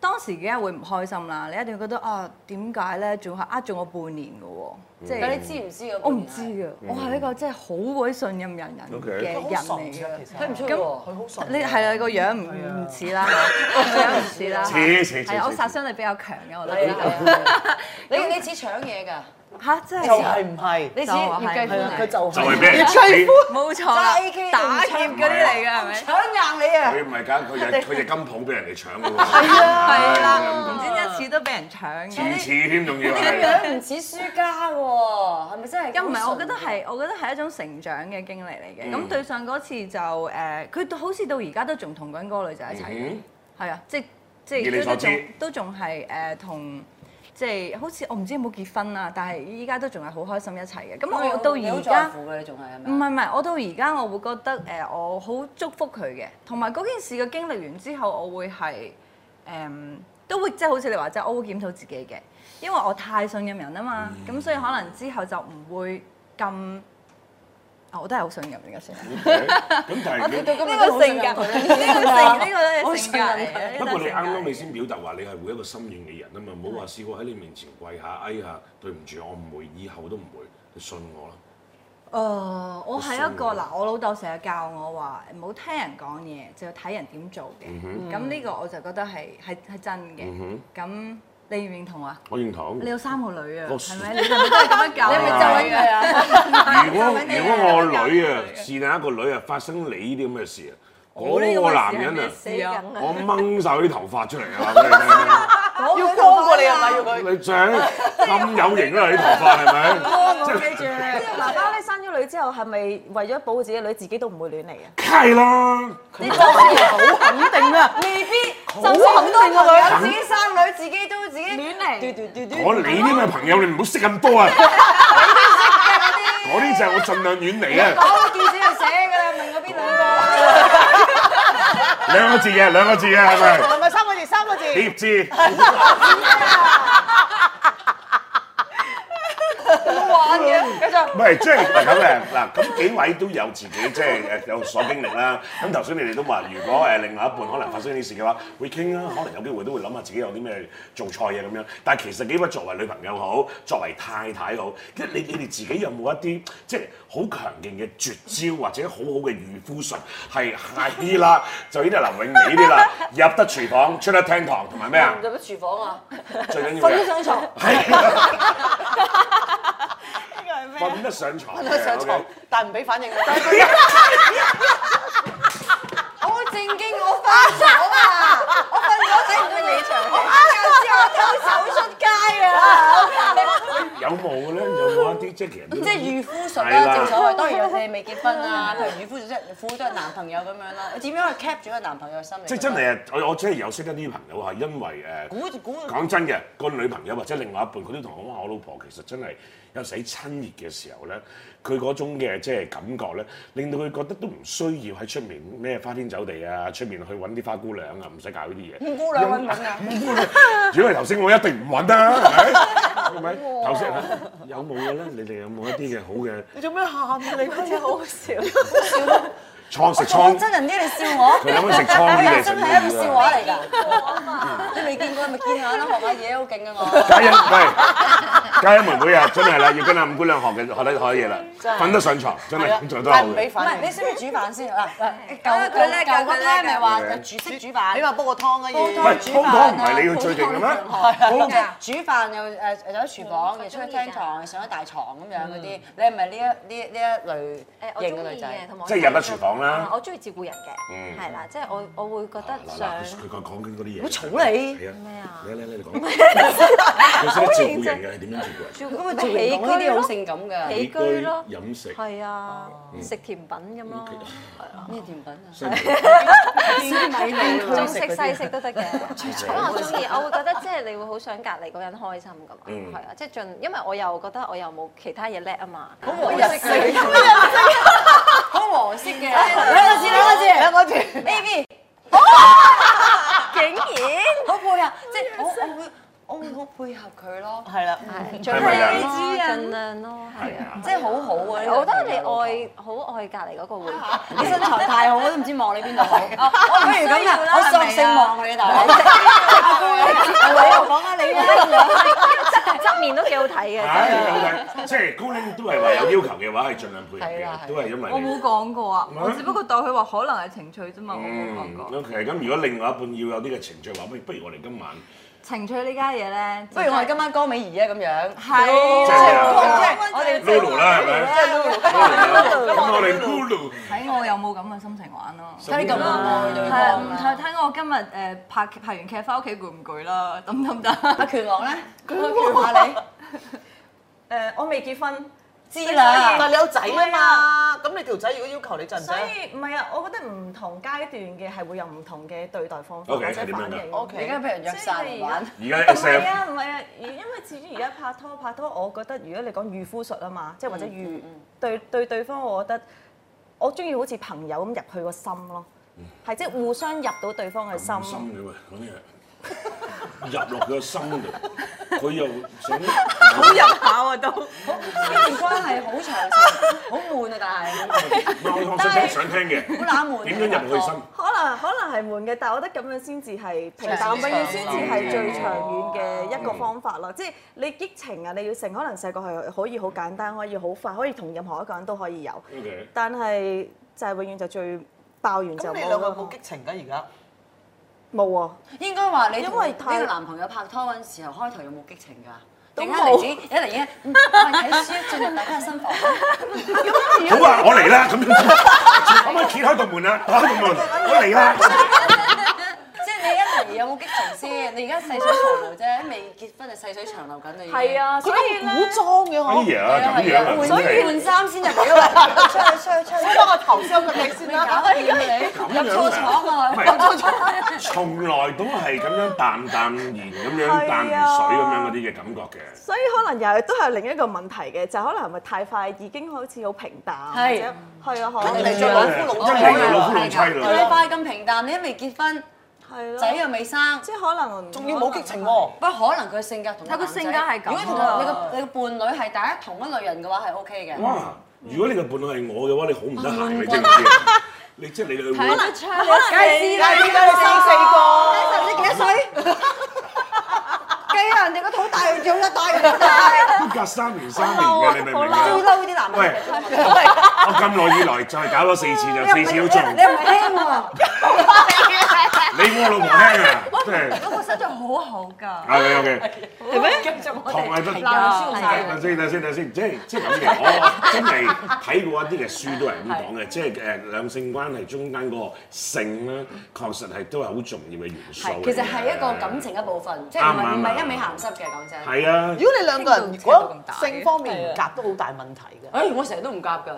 [SPEAKER 4] 當時梗係會唔開心啦，你一定會覺得啊點解咧？仲係呃咗我半年嘅喎，即
[SPEAKER 1] 但
[SPEAKER 4] 係
[SPEAKER 1] 你知唔知嗰個
[SPEAKER 4] 我唔知嘅，我係一個真係好鬼信任人人
[SPEAKER 2] OK
[SPEAKER 4] 嘅人
[SPEAKER 3] 佢好啊傻
[SPEAKER 4] 嚟
[SPEAKER 3] 嘅
[SPEAKER 4] 嘅。
[SPEAKER 3] 其實，
[SPEAKER 1] 睇唔出
[SPEAKER 4] 咁
[SPEAKER 1] 喎。
[SPEAKER 3] 佢好傻嘅。
[SPEAKER 4] 你係啊，你個樣唔唔似啦，個樣唔似啦，
[SPEAKER 2] 似似似
[SPEAKER 4] 係啊，我
[SPEAKER 2] 似
[SPEAKER 4] 殺傷力比較強嘅，我覺
[SPEAKER 1] 係
[SPEAKER 4] 得
[SPEAKER 1] 啊係啊，你你似搶嘢㗎，
[SPEAKER 4] 嚇真
[SPEAKER 3] 就
[SPEAKER 4] 係啊
[SPEAKER 3] 係唔係？
[SPEAKER 1] 你似葉繼
[SPEAKER 3] 係啊，佢
[SPEAKER 1] 歡嚟，
[SPEAKER 3] 就
[SPEAKER 2] 就係
[SPEAKER 3] 係。
[SPEAKER 2] 咩？ 你
[SPEAKER 4] 冇錯啦
[SPEAKER 1] 揸 AK，
[SPEAKER 4] 打劫嗰啲嚟嘅係咪？
[SPEAKER 1] 搶硬你啊！
[SPEAKER 2] 佢唔係㗎，佢隻佢隻金鋪俾人哋搶嘅喎。係
[SPEAKER 4] 係啦，唔
[SPEAKER 2] 咁
[SPEAKER 4] 知一次都俾人搶
[SPEAKER 2] 講。
[SPEAKER 4] 嘅
[SPEAKER 2] 似似添，仲要
[SPEAKER 1] 你個
[SPEAKER 2] 係。
[SPEAKER 1] 樣唔似輸家喎，係咪真係？
[SPEAKER 4] 又唔係，我覺得係，我覺得係一種成長嘅經歷嚟嘅。咁、對上嗰次就誒，呃佢、好似到而家都仲同緊嗰個女仔一齊嘅，
[SPEAKER 2] 嗯
[SPEAKER 4] 係啊、即即
[SPEAKER 2] 以你
[SPEAKER 4] 係
[SPEAKER 2] 所
[SPEAKER 4] 都
[SPEAKER 2] 知
[SPEAKER 4] 仲都仲係誒同。即係好似我唔知有冇結婚啦，但係依家都仲係好開心一齊嘅。咁我到
[SPEAKER 1] 你好
[SPEAKER 4] 而
[SPEAKER 1] 哦在
[SPEAKER 4] 家
[SPEAKER 1] 乎嘅，你仲係係
[SPEAKER 4] 唔
[SPEAKER 1] 咪？
[SPEAKER 4] 係唔係，我到而家我會覺得誒、呃我好祝福佢嘅，同埋嗰件事嘅經歷完之後，我會係誒、嗯都會即係好似你話齋，我會檢討自己嘅，因為我太信任人啊嘛，咁、
[SPEAKER 2] 嗯
[SPEAKER 4] 所以可能之後就唔會咁。啊！我都係好信任嘅算啦，
[SPEAKER 2] 咁 但係你，
[SPEAKER 1] 到今
[SPEAKER 4] 呢個性格，呢個性，呢個性格嚟嘅。
[SPEAKER 2] 不過你啱啱你
[SPEAKER 4] 你
[SPEAKER 2] 先表達話你係會一個心軟嘅人啊嘛，唔好話試過喺你面前跪下哎呀，對唔住，我唔會，以後都唔會，你信我啦。
[SPEAKER 4] 誒，我係一個嗱，我老豆成日教我話唔好聽人講嘢，就要睇人點做嘅。咁呢個我就覺得係係係真嘅。咁你認唔認同啊？
[SPEAKER 2] 嗯我認同。
[SPEAKER 4] 你有三個女啊，
[SPEAKER 2] 我
[SPEAKER 4] 係咪？你係咪都係咁樣教？
[SPEAKER 1] 你咪就係佢啊！
[SPEAKER 2] 如果如果我女啊，是但一個女啊，發生你呢啲咁嘅事啊，嗰個男人啊，
[SPEAKER 6] 死梗啊！
[SPEAKER 2] 我掹晒啲頭髮出嚟 啊！
[SPEAKER 3] 要光過你係咪要佢？
[SPEAKER 2] 你想咁有型啊？你啲頭髮係 咪？即係
[SPEAKER 4] 記住你，
[SPEAKER 5] 爸爸咧啊生咗女之後，係咪為咗保護自己女，自己都唔會亂嚟啊嘅？
[SPEAKER 2] 係啦。
[SPEAKER 1] 你就係
[SPEAKER 3] 好肯定啊！
[SPEAKER 1] 未必，就算好
[SPEAKER 4] 啊
[SPEAKER 1] 多朋友自己生女，自己都自己亂嚟，嘟嘟嘟嘟。
[SPEAKER 2] 我你啲咁嘅朋友，你唔好識咁 多啊！嗰啲就係我盡量遠離啊！
[SPEAKER 1] 我記者就寫㗎啦，問我邊啊兩個？
[SPEAKER 2] 兩個字嘅，兩個字嘅係咪？
[SPEAKER 3] 係咪三個字？三個字。
[SPEAKER 2] 疊字
[SPEAKER 1] 玩嘅，繼續。
[SPEAKER 2] 唔係即係唔係咁嘅嗱，咁幾位都有自己即係誒有所經歷啦。咁頭先你哋都話，如果誒另外一半可能發生呢啲事嘅話，會傾啦，可能有機會都會諗下自己有啲咩做錯嘢咁樣。但係其實幾位作為女朋友好，作為太太好，即係你你哋自己有冇一啲即係好強勁嘅絕招或者好好嘅預夫術係係啦，就呢啲係林永美呢啲啦，入得廚房，出得廳堂，同埋咩啊？
[SPEAKER 1] 入咗廚房啊，
[SPEAKER 2] 最緊要
[SPEAKER 1] 瞓
[SPEAKER 2] 嘅
[SPEAKER 1] 咗張床。
[SPEAKER 2] 係啦
[SPEAKER 1] 啊
[SPEAKER 2] 瞓得上床，
[SPEAKER 3] 上床
[SPEAKER 2] OK，
[SPEAKER 3] 但唔俾反應我。
[SPEAKER 1] 我好似正經，我瞓咗啊！我瞓咗，睇唔到你場戲。我瞓覺之後偷手出街啊！
[SPEAKER 2] 有冇咧？有冇一啲即係其實都
[SPEAKER 1] 即係漁夫術
[SPEAKER 2] 係
[SPEAKER 1] 啦，
[SPEAKER 2] 啦
[SPEAKER 1] 正所謂。當然你未結婚啊，譬如漁夫術即係婦咗男朋友咁樣啦。你點樣去 cap 住個男朋友嘅心理？
[SPEAKER 2] 即係真係啊！我我真係有識得啲朋友係啊因為誒，
[SPEAKER 1] 估估
[SPEAKER 2] 講真嘅，個女朋友或者另外一半，佢都同我話：我老婆其實真係有時喺親熱嘅時候咧，佢嗰種嘅即係感覺咧，令到佢覺得都唔需要喺出面咩花天酒地啊，出面去揾啲花姑娘啊，唔使搞呢啲嘢。
[SPEAKER 1] 五姑娘揾唔揾啊？
[SPEAKER 2] 如果係頭先，我一定唔揾啦，係咪？係咪？頭先有冇嘅咧？你哋有冇一啲嘅好嘅
[SPEAKER 3] 你做咩喊啊？你好似好笑。
[SPEAKER 2] 創食
[SPEAKER 1] 我
[SPEAKER 2] 創？
[SPEAKER 1] 真人啲你笑我。
[SPEAKER 2] 佢諗緊食倉啲嚟食
[SPEAKER 1] 真係一
[SPEAKER 2] 呢
[SPEAKER 1] 個笑
[SPEAKER 2] 啲啊！
[SPEAKER 1] 話嚟㗎。你未見過咪見下咯，學下嘢好勁啊
[SPEAKER 2] 嘉欣，喂，嘉欣妹妹啊，真係啦，要跟阿五姑娘學嘅學得學得嘢啦，瞓得上床，真係做得好
[SPEAKER 3] 但係唔
[SPEAKER 1] 我。唔係
[SPEAKER 2] 嘅。
[SPEAKER 3] 俾反
[SPEAKER 1] 你
[SPEAKER 3] 應。
[SPEAKER 1] 識唔識煮飯先嗱？嗱舊
[SPEAKER 4] 啊佢叻㗎
[SPEAKER 1] 舊嗰
[SPEAKER 4] 佢叻
[SPEAKER 1] p 咪話
[SPEAKER 2] 㗎
[SPEAKER 1] 煮識煮飯。
[SPEAKER 3] 你話煲個湯啊
[SPEAKER 1] 煲
[SPEAKER 3] 要。
[SPEAKER 1] 湯
[SPEAKER 2] 喂
[SPEAKER 1] 煮
[SPEAKER 2] 煲
[SPEAKER 1] 飯
[SPEAKER 2] 湯唔
[SPEAKER 1] 啊
[SPEAKER 2] 係你要最勁嘅咩
[SPEAKER 1] 煲湯
[SPEAKER 2] 煲
[SPEAKER 1] 咁即係煮飯又誒又喺廚房，又出去廳堂，又上咗大床咁樣嗰啲，你係咪呢一呢呢
[SPEAKER 6] 誒，
[SPEAKER 1] 一
[SPEAKER 6] 我
[SPEAKER 1] 類型
[SPEAKER 6] 中
[SPEAKER 1] 嘅女
[SPEAKER 6] 意嘅，
[SPEAKER 1] 仔？
[SPEAKER 6] 同埋我
[SPEAKER 2] 即係入得廚房啦
[SPEAKER 6] 啊我中意照顧人嘅，係啦，即係我我會覺
[SPEAKER 2] 嗱
[SPEAKER 6] 得
[SPEAKER 2] 嗱，
[SPEAKER 6] 想。
[SPEAKER 2] 佢佢講緊嗰啲嘢。
[SPEAKER 1] 我嘈你
[SPEAKER 2] 係啊！
[SPEAKER 6] 咩啊
[SPEAKER 2] 你你你講。佢識得照顧人嘅係點樣照顧人？
[SPEAKER 6] 照
[SPEAKER 1] 咁
[SPEAKER 6] 顧
[SPEAKER 1] 啊，做人講呢啲好
[SPEAKER 6] 起居咯
[SPEAKER 1] 性感㗎，
[SPEAKER 6] 起居咯
[SPEAKER 2] 飲食。
[SPEAKER 6] 係啊，食甜品咁咯，
[SPEAKER 1] 咩甜品啊？
[SPEAKER 2] 真係
[SPEAKER 6] 中式西式都得嘅。 啊咁我中意，我會覺得即係你會好想隔離嗰人開心噶嘛，
[SPEAKER 2] 嗯
[SPEAKER 6] 係啊，即係盡，因為我又覺得我又冇其他嘢叻啊嘛。
[SPEAKER 1] 好日式嘅，好黃色嘅，兩個字兩個字兩個字，baby，好
[SPEAKER 6] 竟然
[SPEAKER 1] 配合，即係我我會我會好配合佢咯，
[SPEAKER 3] 係啦。
[SPEAKER 6] 係
[SPEAKER 2] 係咪啊
[SPEAKER 6] 盡量咯，係啊。
[SPEAKER 1] 即係好好啊！呢個
[SPEAKER 6] 我覺得你
[SPEAKER 1] 朋友
[SPEAKER 6] 愛好愛隔離嗰個會，
[SPEAKER 1] 你身材太好，我都唔知望你邊度好。我不如咁啦，我索性望佢大佬。 我講下你
[SPEAKER 6] 側面都幾好
[SPEAKER 1] Dạ,
[SPEAKER 6] 睇嘅。
[SPEAKER 2] 唉好睇，即係高領都係話有要求嘅話係盡量配合
[SPEAKER 1] 係啦
[SPEAKER 2] 嘅，
[SPEAKER 1] 係
[SPEAKER 2] 都係因為
[SPEAKER 4] 我
[SPEAKER 2] 你
[SPEAKER 4] 冇講過啊，
[SPEAKER 2] 咩
[SPEAKER 4] 我只不過當佢話可能係情趣啫嘛，我冇講
[SPEAKER 2] 嗯
[SPEAKER 4] 過。
[SPEAKER 2] Ừ, OK。咁如果另外一半要有啲嘅情趣話，不如不如我哋今晚
[SPEAKER 4] 情趣呢家嘢咧，
[SPEAKER 1] 不如我哋今晚江美儀啊咁樣。
[SPEAKER 4] 係
[SPEAKER 2] 即
[SPEAKER 4] 啊
[SPEAKER 2] 係
[SPEAKER 1] 我哋
[SPEAKER 2] Lulu 啦，係咪？
[SPEAKER 1] Dạ,
[SPEAKER 2] 咁我哋 Lulu
[SPEAKER 4] 睇我有冇咁嘅心情玩咯。
[SPEAKER 1] 睇你咁愛對
[SPEAKER 4] 係啊，
[SPEAKER 1] 方啦。
[SPEAKER 4] 睇睇我今日誒拍拍完劇翻屋企攰唔攰啦， 得唔得唔得？
[SPEAKER 1] 阿拳王咧，佢下你
[SPEAKER 5] 誒，我未結婚，
[SPEAKER 1] 知啦。
[SPEAKER 3] 但係你有仔啊嘛，咁你條仔如果要求你陣
[SPEAKER 5] 所
[SPEAKER 3] 仔，
[SPEAKER 5] 以唔係啊，我覺得唔同階段嘅係會有唔同嘅對待方法
[SPEAKER 2] OK，
[SPEAKER 5] 或者
[SPEAKER 2] 係點樣㗎
[SPEAKER 5] 反應。
[SPEAKER 3] 啊 OK
[SPEAKER 1] 而家俾人約晒嚟玩，
[SPEAKER 2] 而家
[SPEAKER 5] 唔
[SPEAKER 1] Dạ.
[SPEAKER 5] 係
[SPEAKER 2] SM
[SPEAKER 5] 啊，唔係啊，因為至於而家拍拖拍拖，我覺得如果你講預夫術啊嘛，即係或者預對對對方，我覺得我中意好似朋友咁入去個心咯，係即係互相入到對方
[SPEAKER 2] 咁
[SPEAKER 5] 嘅心。
[SPEAKER 2] 深嘅喎，嗰啲嘢入落佢個心度，佢又 想好入。
[SPEAKER 5] 下啊都，
[SPEAKER 1] 呢段關係好長情，好悶啊！但係
[SPEAKER 2] 我我想聽想聽嘅，
[SPEAKER 1] 好冷門。
[SPEAKER 2] 點樣入去心？
[SPEAKER 5] 可能可能係悶嘅，但係我覺得咁樣先至係平淡，
[SPEAKER 1] 長
[SPEAKER 5] 永遠先至係最長遠嘅一個
[SPEAKER 2] 嗯
[SPEAKER 5] 方法咯。即係你激情啊，你要成可能細個係可以好簡單，可以好快，可以同任何一個人都可以有，
[SPEAKER 2] OK，
[SPEAKER 5] 但係就係永遠就最爆完就
[SPEAKER 3] 咁你
[SPEAKER 5] 冇
[SPEAKER 3] 兩個有
[SPEAKER 5] 咯
[SPEAKER 3] 冇。激情㗎而家？
[SPEAKER 5] 冇啊！
[SPEAKER 1] 應該話你因
[SPEAKER 5] 因
[SPEAKER 1] 為
[SPEAKER 5] 為
[SPEAKER 1] 呢
[SPEAKER 5] 太
[SPEAKER 1] 個男朋友拍拖嗰陣時候，開頭有冇激情㗎？
[SPEAKER 5] 都
[SPEAKER 1] 定一
[SPEAKER 5] 冇
[SPEAKER 1] 嚟已一嚟已經嗯我哋睇書進入大家嘅新房。
[SPEAKER 2] 好啊，我嚟啦，咁 樣可唔可以揭開道門啊？打 開道門，我嚟啦。
[SPEAKER 1] 即係你一嚟有冇激情先？你而家細水長流啫，未結婚就細水長流緊啦。
[SPEAKER 5] 係，啊，所以咧，
[SPEAKER 3] 古裝嘅
[SPEAKER 2] 哎
[SPEAKER 3] 嗬，
[SPEAKER 2] 呀，咁樣啊，
[SPEAKER 1] 換
[SPEAKER 2] 真係
[SPEAKER 1] 換衫先入嚟啊！出去出去出去，
[SPEAKER 3] 幫我頭先個劇先
[SPEAKER 1] 搞
[SPEAKER 3] 啦。
[SPEAKER 1] 掂你入錯廠啊！
[SPEAKER 2] 唔係，從來都係咁樣淡淡然咁樣淡如水咁樣嗰啲嘅感覺嘅。
[SPEAKER 5] 所以可能又係都係另一個問題嘅，就係可能係咪太快已經好似好平淡，或
[SPEAKER 1] 係
[SPEAKER 5] 者係啊，可
[SPEAKER 3] 咁你
[SPEAKER 5] 能
[SPEAKER 3] 做老夫老
[SPEAKER 2] 一
[SPEAKER 3] 妻
[SPEAKER 2] 嚟
[SPEAKER 3] 啦
[SPEAKER 2] 就老夫老妻啦。
[SPEAKER 1] 太快咁平淡，你都未結婚，
[SPEAKER 5] 係咯，
[SPEAKER 1] 仔又未生。
[SPEAKER 5] 即係可能
[SPEAKER 3] 仲要冇激情喎。
[SPEAKER 1] 不過可能佢性格同個
[SPEAKER 4] 睇佢
[SPEAKER 1] 男仔
[SPEAKER 4] 性格係咁
[SPEAKER 1] 如果同
[SPEAKER 4] 啊
[SPEAKER 1] 你個你個伴侶係大家同一類人嘅話，係 OK 嘅。
[SPEAKER 2] 哇！如果你嘅伴侶係我嘅話，你好唔得閒，你知唔知？你即係你去會
[SPEAKER 1] 梗係知啦，
[SPEAKER 3] 而家你生四個，
[SPEAKER 1] 你幾多歲？計下人哋個肚大，仲有大唔大？
[SPEAKER 2] 隔三年三年嘅，你明唔明
[SPEAKER 1] 最
[SPEAKER 2] 啊？
[SPEAKER 1] 嬲啲男
[SPEAKER 2] 喂
[SPEAKER 1] 人。，
[SPEAKER 2] 我咁耐以來就係搞咗四次，就四次都中。
[SPEAKER 1] 你唔聽喎，
[SPEAKER 2] 你我老婆聽啊，真係
[SPEAKER 4] 嗰個身材好好㗎。
[SPEAKER 2] 係咪 OK？
[SPEAKER 4] 係咩？繼續
[SPEAKER 2] 唐藝斌。
[SPEAKER 1] 鬧
[SPEAKER 2] 睇
[SPEAKER 1] 消
[SPEAKER 2] 睇下先，睇下先，睇下先，即係即係咁 嘅。我真係睇過一啲嘅書都係咁講嘅，即係誒兩性關係中間嗰個性咧，確實係都係好重要嘅元素嚟嘅。
[SPEAKER 1] 係，其實係一個感情一部分，即係唔
[SPEAKER 2] 啱
[SPEAKER 1] 係
[SPEAKER 2] 啱
[SPEAKER 1] 唔係
[SPEAKER 2] 啱
[SPEAKER 1] 一味鹹濕嘅講真。
[SPEAKER 2] 係啊
[SPEAKER 3] 如，果你兩個人如
[SPEAKER 4] 傾到扯到
[SPEAKER 3] 果
[SPEAKER 4] 咁大
[SPEAKER 3] 性方面唔夾都好大問題嘅，
[SPEAKER 1] 誒，我成日都唔夾㗎。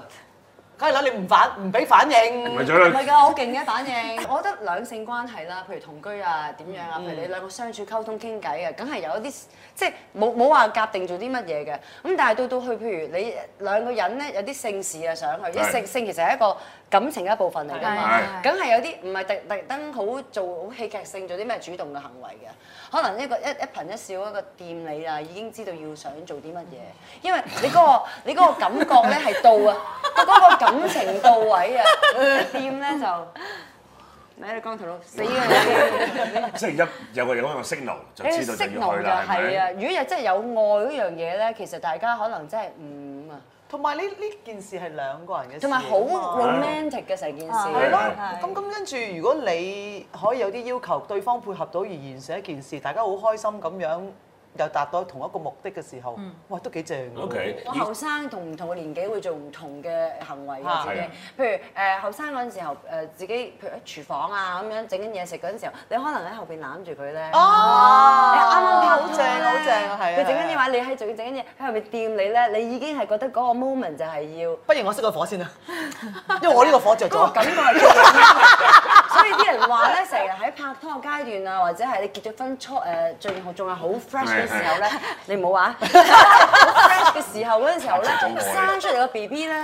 [SPEAKER 3] 梗係啦，你唔反唔俾反應，
[SPEAKER 2] 咪咗
[SPEAKER 1] 唔
[SPEAKER 2] 啦
[SPEAKER 1] 係。㗎，我勁嘅反應。我覺得兩性關係啦，譬如同居啊，點樣啊，譬如你兩個相處溝通傾偈啊，梗係有一啲即係冇冇話夾定做啲乜嘢嘅。咁但係到到去譬如你兩個人咧有啲性事啊想去，因為
[SPEAKER 2] 係
[SPEAKER 1] 性性其實係一個感情嘅一部分嚟㗎嘛
[SPEAKER 2] 係，
[SPEAKER 1] 梗係有啲唔係特特登好做好戲劇性做啲咩主動嘅行為嘅，可能一個一一顰一笑一個掂你啦，已經知道要想做啲乜嘢，因為你嗰、個你嗰個感覺咧係到啊，嗰個感情到位啊，你掂 咧就。你你光頭佬死嘅！
[SPEAKER 2] 即係一有個有個 signal 就
[SPEAKER 1] 你
[SPEAKER 2] 知道就要去啦，係
[SPEAKER 1] 係啊
[SPEAKER 2] 咪？！
[SPEAKER 1] 如果又真係有愛嗰樣嘢咧，其實大家可能真係唔啊，
[SPEAKER 3] 同埋呢呢件事係兩個人嘅事
[SPEAKER 1] 同埋好
[SPEAKER 3] 嚟㗎嘛
[SPEAKER 1] romantic 嘅成件
[SPEAKER 3] 係
[SPEAKER 1] 事。
[SPEAKER 3] 咯
[SPEAKER 2] 係，
[SPEAKER 3] 咁咁跟住，如果你可以有啲要求，對方配合到而完成一件事，大家好開心咁樣，又達到同一個目的嘅時候，哇，都幾正㗎喎
[SPEAKER 2] OK，
[SPEAKER 1] 我後生同唔同嘅年紀會做唔同嘅行為嘅
[SPEAKER 3] 啊
[SPEAKER 1] 自己
[SPEAKER 2] 係啊，
[SPEAKER 1] 譬如誒後生嗰陣時候誒自己譬如喺廚房啊咁樣整緊嘢食嗰陣時候，你可能喺後邊攬住佢咧。
[SPEAKER 3] 哦，
[SPEAKER 1] 你啱啱
[SPEAKER 3] 好正好正啊，係啊！
[SPEAKER 1] 佢整緊嘢
[SPEAKER 3] 係啊
[SPEAKER 1] 話，你喺做緊整緊嘢喺後邊掂你咧，你已經係覺得嗰個 moment 就係要。
[SPEAKER 3] 不如我熄個火先啊，因為我呢個 火着
[SPEAKER 1] 嗰個
[SPEAKER 3] 咗。
[SPEAKER 1] 感覺係做嘅 所以啲人話咧，成日喺拍拖嘅階段啊，或者係你結咗婚初誒，仲仲係好 fresh 嘅時 候咧，你唔好話好 fresh 嘅時候嗰陣時候咧
[SPEAKER 2] 真係好愛，
[SPEAKER 1] 生出嚟個 B B 咧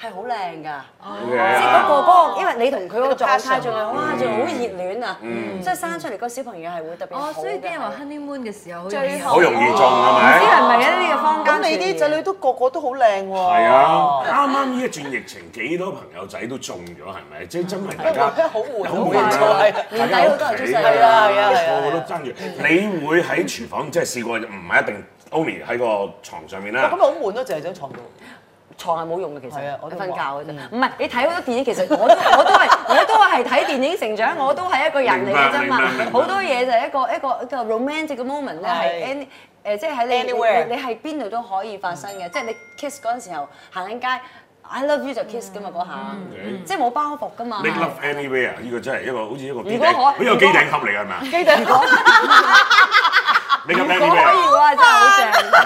[SPEAKER 1] 係好靚㗎，
[SPEAKER 2] OK
[SPEAKER 1] 即係
[SPEAKER 2] 啊
[SPEAKER 1] 嗰個嗰個，因為你同佢個狀態
[SPEAKER 3] passion
[SPEAKER 1] 仲係哇，仲係好熱戀啊，所以生出嚟個小朋友係會特別好
[SPEAKER 4] 哦，所以啲人話
[SPEAKER 1] 嘅
[SPEAKER 4] honeymoon 嘅時候
[SPEAKER 5] 最好
[SPEAKER 2] 好容易中係咪？
[SPEAKER 1] 哦唔知係咪咧？呢個坊間
[SPEAKER 3] 咁你啲仔
[SPEAKER 4] 啊
[SPEAKER 3] 女都個個都好靚喎。
[SPEAKER 2] 係啊，啱啱呢一轉疫情，幾多朋友仔都中咗，係咪？即係真係大 家
[SPEAKER 3] 好悶
[SPEAKER 2] 好悶
[SPEAKER 3] 好
[SPEAKER 2] 啊
[SPEAKER 3] 快！
[SPEAKER 2] 大家
[SPEAKER 1] 年底好多人出世
[SPEAKER 2] 係
[SPEAKER 3] 啊係啊係啊
[SPEAKER 2] 個個都爭住。你會喺廚房即係試過，唔係一定 only 喺個床上面
[SPEAKER 1] 啊
[SPEAKER 3] 哇
[SPEAKER 2] 啦
[SPEAKER 3] 咁咪。啊好悶咯，就係張床度。
[SPEAKER 1] 床係冇用嘅，其實
[SPEAKER 3] 係啊我
[SPEAKER 1] 你
[SPEAKER 3] 都
[SPEAKER 1] 瞓覺
[SPEAKER 3] 話
[SPEAKER 1] 嘅啫。唔係你睇好多電影，其實我都我都係我都係睇電影成 長，我都係一個人嚟嘅啫嘛
[SPEAKER 2] 明白明白明白。
[SPEAKER 1] 好多嘢就係一個一個一個 romantic 嘅 moment 咧，係
[SPEAKER 3] 係
[SPEAKER 1] any 誒，即係喺你
[SPEAKER 3] Anywhere
[SPEAKER 1] 你你係邊度都可以發生嘅。即係你 kiss 嗰陣時候行緊街，I love you 就 kiss 噶嘛嗰下，
[SPEAKER 2] OK
[SPEAKER 1] 即係冇包袱噶嘛。
[SPEAKER 2] Make love anywhere 呢個真係一個好似一個
[SPEAKER 1] 啊
[SPEAKER 2] 機
[SPEAKER 1] 如果
[SPEAKER 2] 頂，
[SPEAKER 1] 可
[SPEAKER 2] 好似一個機頂盒嚟㗎係咪啊
[SPEAKER 1] 記得講，
[SPEAKER 2] ？Make love
[SPEAKER 1] 如果可以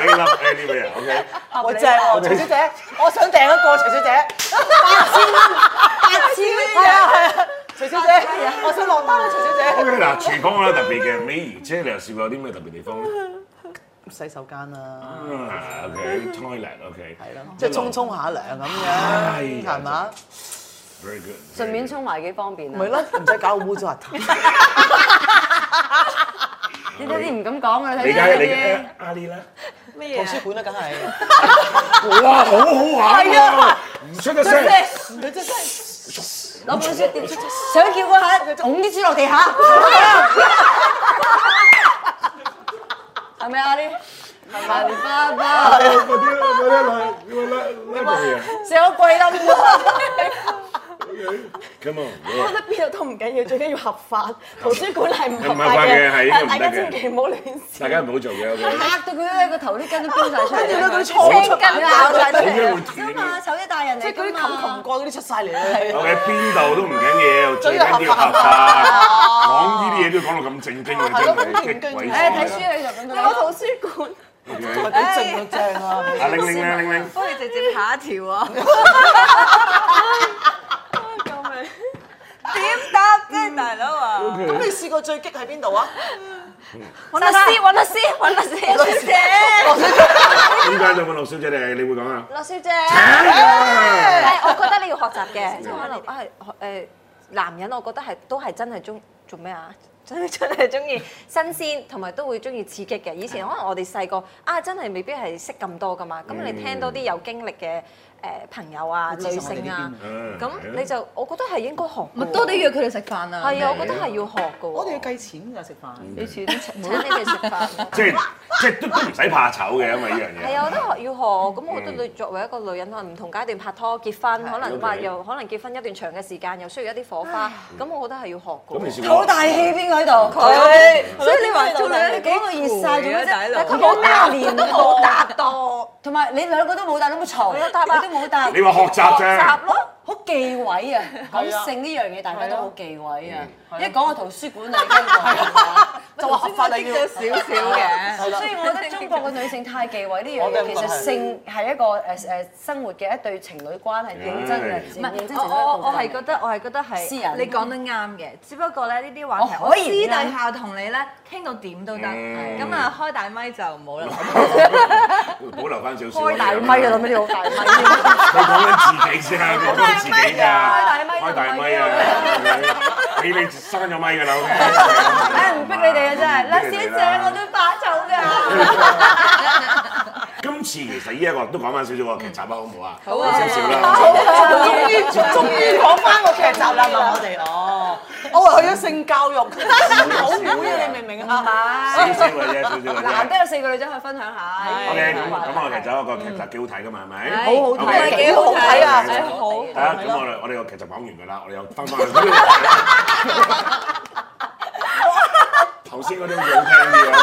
[SPEAKER 2] anywhere，Make
[SPEAKER 1] 嘅話真係
[SPEAKER 4] 啊
[SPEAKER 1] 好正。
[SPEAKER 2] love anywhere，OK。
[SPEAKER 1] 啊
[SPEAKER 3] 我正喎，徐小姐，我想訂一個徐小姐。
[SPEAKER 1] 八 千蚊啊！
[SPEAKER 3] 徐小姐，我想落單啦，啊徐小姐。
[SPEAKER 2] OK 嗱，廚房啦特別嘅，美儀姐你又試過有啲咩特別地方咧？
[SPEAKER 3] 洗手間啦，
[SPEAKER 2] 啊，OK，toilet，OK，
[SPEAKER 3] 係咯，即係沖沖下涼咁樣，係嘛？
[SPEAKER 2] ，very good。
[SPEAKER 1] 順便沖埋幾方便啊！
[SPEAKER 3] 咪咯，唔使搞污糟邋遢。
[SPEAKER 1] 啊你睇啲唔敢講啊！
[SPEAKER 2] 你
[SPEAKER 1] 睇
[SPEAKER 2] 梗係你
[SPEAKER 1] 啲
[SPEAKER 2] 嘅阿李啦。
[SPEAKER 3] 圖
[SPEAKER 5] 啊
[SPEAKER 3] 書館啦，啊梗係。
[SPEAKER 2] 哇，好好玩喎！唔出得聲。
[SPEAKER 3] 你真係
[SPEAKER 1] 攞本書跌出，想叫嗰下拱啲書落地下，係咪啊？啲係咪爸爸？
[SPEAKER 2] 嗰啲啦，嗰啲啦，你話啦，拉到嘢。
[SPEAKER 1] 成個櫃冧咗，
[SPEAKER 2] Come on，
[SPEAKER 5] 我覺得邊度都唔緊要，最緊要合法。 圖書館係唔合
[SPEAKER 2] 唔合
[SPEAKER 5] 法
[SPEAKER 2] 法嘅
[SPEAKER 5] 嘅，
[SPEAKER 2] 係呢個唔得嘅
[SPEAKER 5] 但大家千祈唔好亂試。
[SPEAKER 2] 大家唔好做嘅，OK。
[SPEAKER 1] 嚇到佢咧個頭啲筋都飆晒出嚟，
[SPEAKER 3] 跟住咧佢衝出
[SPEAKER 1] 筋爆晒出
[SPEAKER 2] 好
[SPEAKER 1] 嚟
[SPEAKER 2] 嘢會
[SPEAKER 1] 啊
[SPEAKER 2] 斷
[SPEAKER 1] 嘛！手一大人
[SPEAKER 3] 即
[SPEAKER 1] 嚟
[SPEAKER 3] 係嗰啲
[SPEAKER 1] 㗎
[SPEAKER 3] 冚冚
[SPEAKER 1] 嘛，
[SPEAKER 3] 蓋嗰啲出晒嚟啦。
[SPEAKER 2] OK，邊度都唔緊要，最
[SPEAKER 3] 最緊要
[SPEAKER 2] 緊要合
[SPEAKER 3] 合
[SPEAKER 2] 法。講呢啲嘢都要講到咁正經嘅，
[SPEAKER 3] 係咯
[SPEAKER 2] 真係
[SPEAKER 3] 咁
[SPEAKER 2] 激
[SPEAKER 3] 正經
[SPEAKER 2] 鬼
[SPEAKER 1] 誒睇
[SPEAKER 2] 死
[SPEAKER 1] 書你就咁
[SPEAKER 5] 我
[SPEAKER 1] 樣。
[SPEAKER 5] 圖書館。
[SPEAKER 2] OK
[SPEAKER 3] 幾正啊，正啊！
[SPEAKER 2] 阿玲玲咧，玲玲，
[SPEAKER 4] 不如直接下一條啊！
[SPEAKER 5] 救命！
[SPEAKER 4] 點答啫，大佬啊！
[SPEAKER 3] 咁你試過最激喺邊度啊？
[SPEAKER 4] 揾律 師，揾律師，揾律師，小姐。
[SPEAKER 2] 點解就問陸小姐你？你會講啊？
[SPEAKER 6] 羅小 姐，
[SPEAKER 2] 啊
[SPEAKER 6] 但係我覺得你要學習嘅，即係可能啊誒男人，我覺得係都係真係中做咩啊？ 真係真係中意新鮮，同埋都會中意刺激嘅。以前可能我哋細個啊，真係未必係識咁多噶嘛。咁你聽多啲有經歷嘅誒朋友啊、女性啊，
[SPEAKER 2] 嗯
[SPEAKER 6] 咁你就我覺得係應該學㗎喎。
[SPEAKER 4] 咪多啲約佢哋食飯啊！
[SPEAKER 6] 係啊，我覺得係要學㗎喎。
[SPEAKER 3] 我哋要計錢㗎食飯。
[SPEAKER 6] 要請請你哋食飯。
[SPEAKER 2] 即係即係都都唔使怕醜嘅，因為呢樣
[SPEAKER 6] 係
[SPEAKER 2] 嘢。
[SPEAKER 6] 啊，我覺得學要學，咁
[SPEAKER 4] 嗯
[SPEAKER 6] 我覺得你作為一個女人，可能唔同階段拍拖、結婚，可能話
[SPEAKER 2] OK
[SPEAKER 6] 又可能結婚一段長嘅時間，又需要一啲火花，
[SPEAKER 4] 啊
[SPEAKER 6] 咁我覺得係要學㗎
[SPEAKER 2] 咁
[SPEAKER 6] 喎
[SPEAKER 2] 你。試過
[SPEAKER 1] 好大氣邊個喺度？
[SPEAKER 6] 佢
[SPEAKER 4] 所以你話做女
[SPEAKER 1] 你
[SPEAKER 4] 人
[SPEAKER 1] 講到熱晒做咩
[SPEAKER 4] 大
[SPEAKER 1] 啫？
[SPEAKER 4] 佬
[SPEAKER 1] 但佢冇答
[SPEAKER 6] 佢
[SPEAKER 1] 連
[SPEAKER 6] 都冇答到。
[SPEAKER 1] 同埋你兩個都冇答，你有冇嘈？
[SPEAKER 6] 有答啊
[SPEAKER 1] 你都冇答。
[SPEAKER 2] 你話學習
[SPEAKER 6] 學習
[SPEAKER 2] 啫，
[SPEAKER 6] 咯，
[SPEAKER 1] 好忌諱啊！講性呢樣嘢大家都好忌諱啊！一講個圖書館你跟過，
[SPEAKER 3] 就話合法你要。
[SPEAKER 4] 少少嘅。
[SPEAKER 3] 係啦
[SPEAKER 1] 所以我覺得中國嘅女性太忌諱呢樣
[SPEAKER 3] 我都
[SPEAKER 1] 嘢，
[SPEAKER 3] 咁
[SPEAKER 1] 其
[SPEAKER 3] 覺
[SPEAKER 1] 實
[SPEAKER 3] 得係
[SPEAKER 1] 性係一個誒誒生活嘅一對情侶關係，認真嘅，
[SPEAKER 4] 唔
[SPEAKER 1] 認真
[SPEAKER 4] 係，
[SPEAKER 1] 成
[SPEAKER 4] 我
[SPEAKER 1] 為一個關
[SPEAKER 4] 我我係覺得我係覺得係
[SPEAKER 1] 私人
[SPEAKER 4] 你講得啱嘅，只不過咧呢啲話題
[SPEAKER 1] 我
[SPEAKER 4] 我
[SPEAKER 1] 可以
[SPEAKER 4] 私
[SPEAKER 1] 唔
[SPEAKER 4] 底
[SPEAKER 1] 啱
[SPEAKER 4] 下同你咧傾到點都得，
[SPEAKER 2] 嗯
[SPEAKER 4] 咁啊開大咪就冇啦。
[SPEAKER 2] 保留翻少少。
[SPEAKER 1] 開大咪啊！諗起你好大 咪。
[SPEAKER 2] 佢講緊自 己啫，講緊自己㗎。
[SPEAKER 6] 大咪啊
[SPEAKER 2] 開大咪啊！你你生咗咪㗎啦，OK。
[SPEAKER 1] 唉，唔逼你哋啊，真係，嗱，小
[SPEAKER 2] 唔逼你哋
[SPEAKER 1] 姐
[SPEAKER 2] 啦
[SPEAKER 1] 我都怕醜㗎。
[SPEAKER 2] 今次其實呢一個都講翻少少個劇集啊，好唔好啊？好少少啦。
[SPEAKER 3] 終於終於講翻個劇集啦嘛，我哋哦，我話去咗性教育，好會啊，你明唔明啊？
[SPEAKER 2] 少少嘅啫，少少嘅
[SPEAKER 1] 難
[SPEAKER 2] 啫
[SPEAKER 1] 得。有四個女仔可以分享下。
[SPEAKER 2] OK，咁咁我劇集有一個劇集幾好睇㗎嘛，係咪？
[SPEAKER 1] 好好睇
[SPEAKER 2] OK
[SPEAKER 3] 幾好睇啊！
[SPEAKER 2] 係
[SPEAKER 3] 好
[SPEAKER 2] 係啊，咁我哋我哋個劇集講完㗎啦，我哋又翻返 去。頭先嗰啲好似好聽啲啊！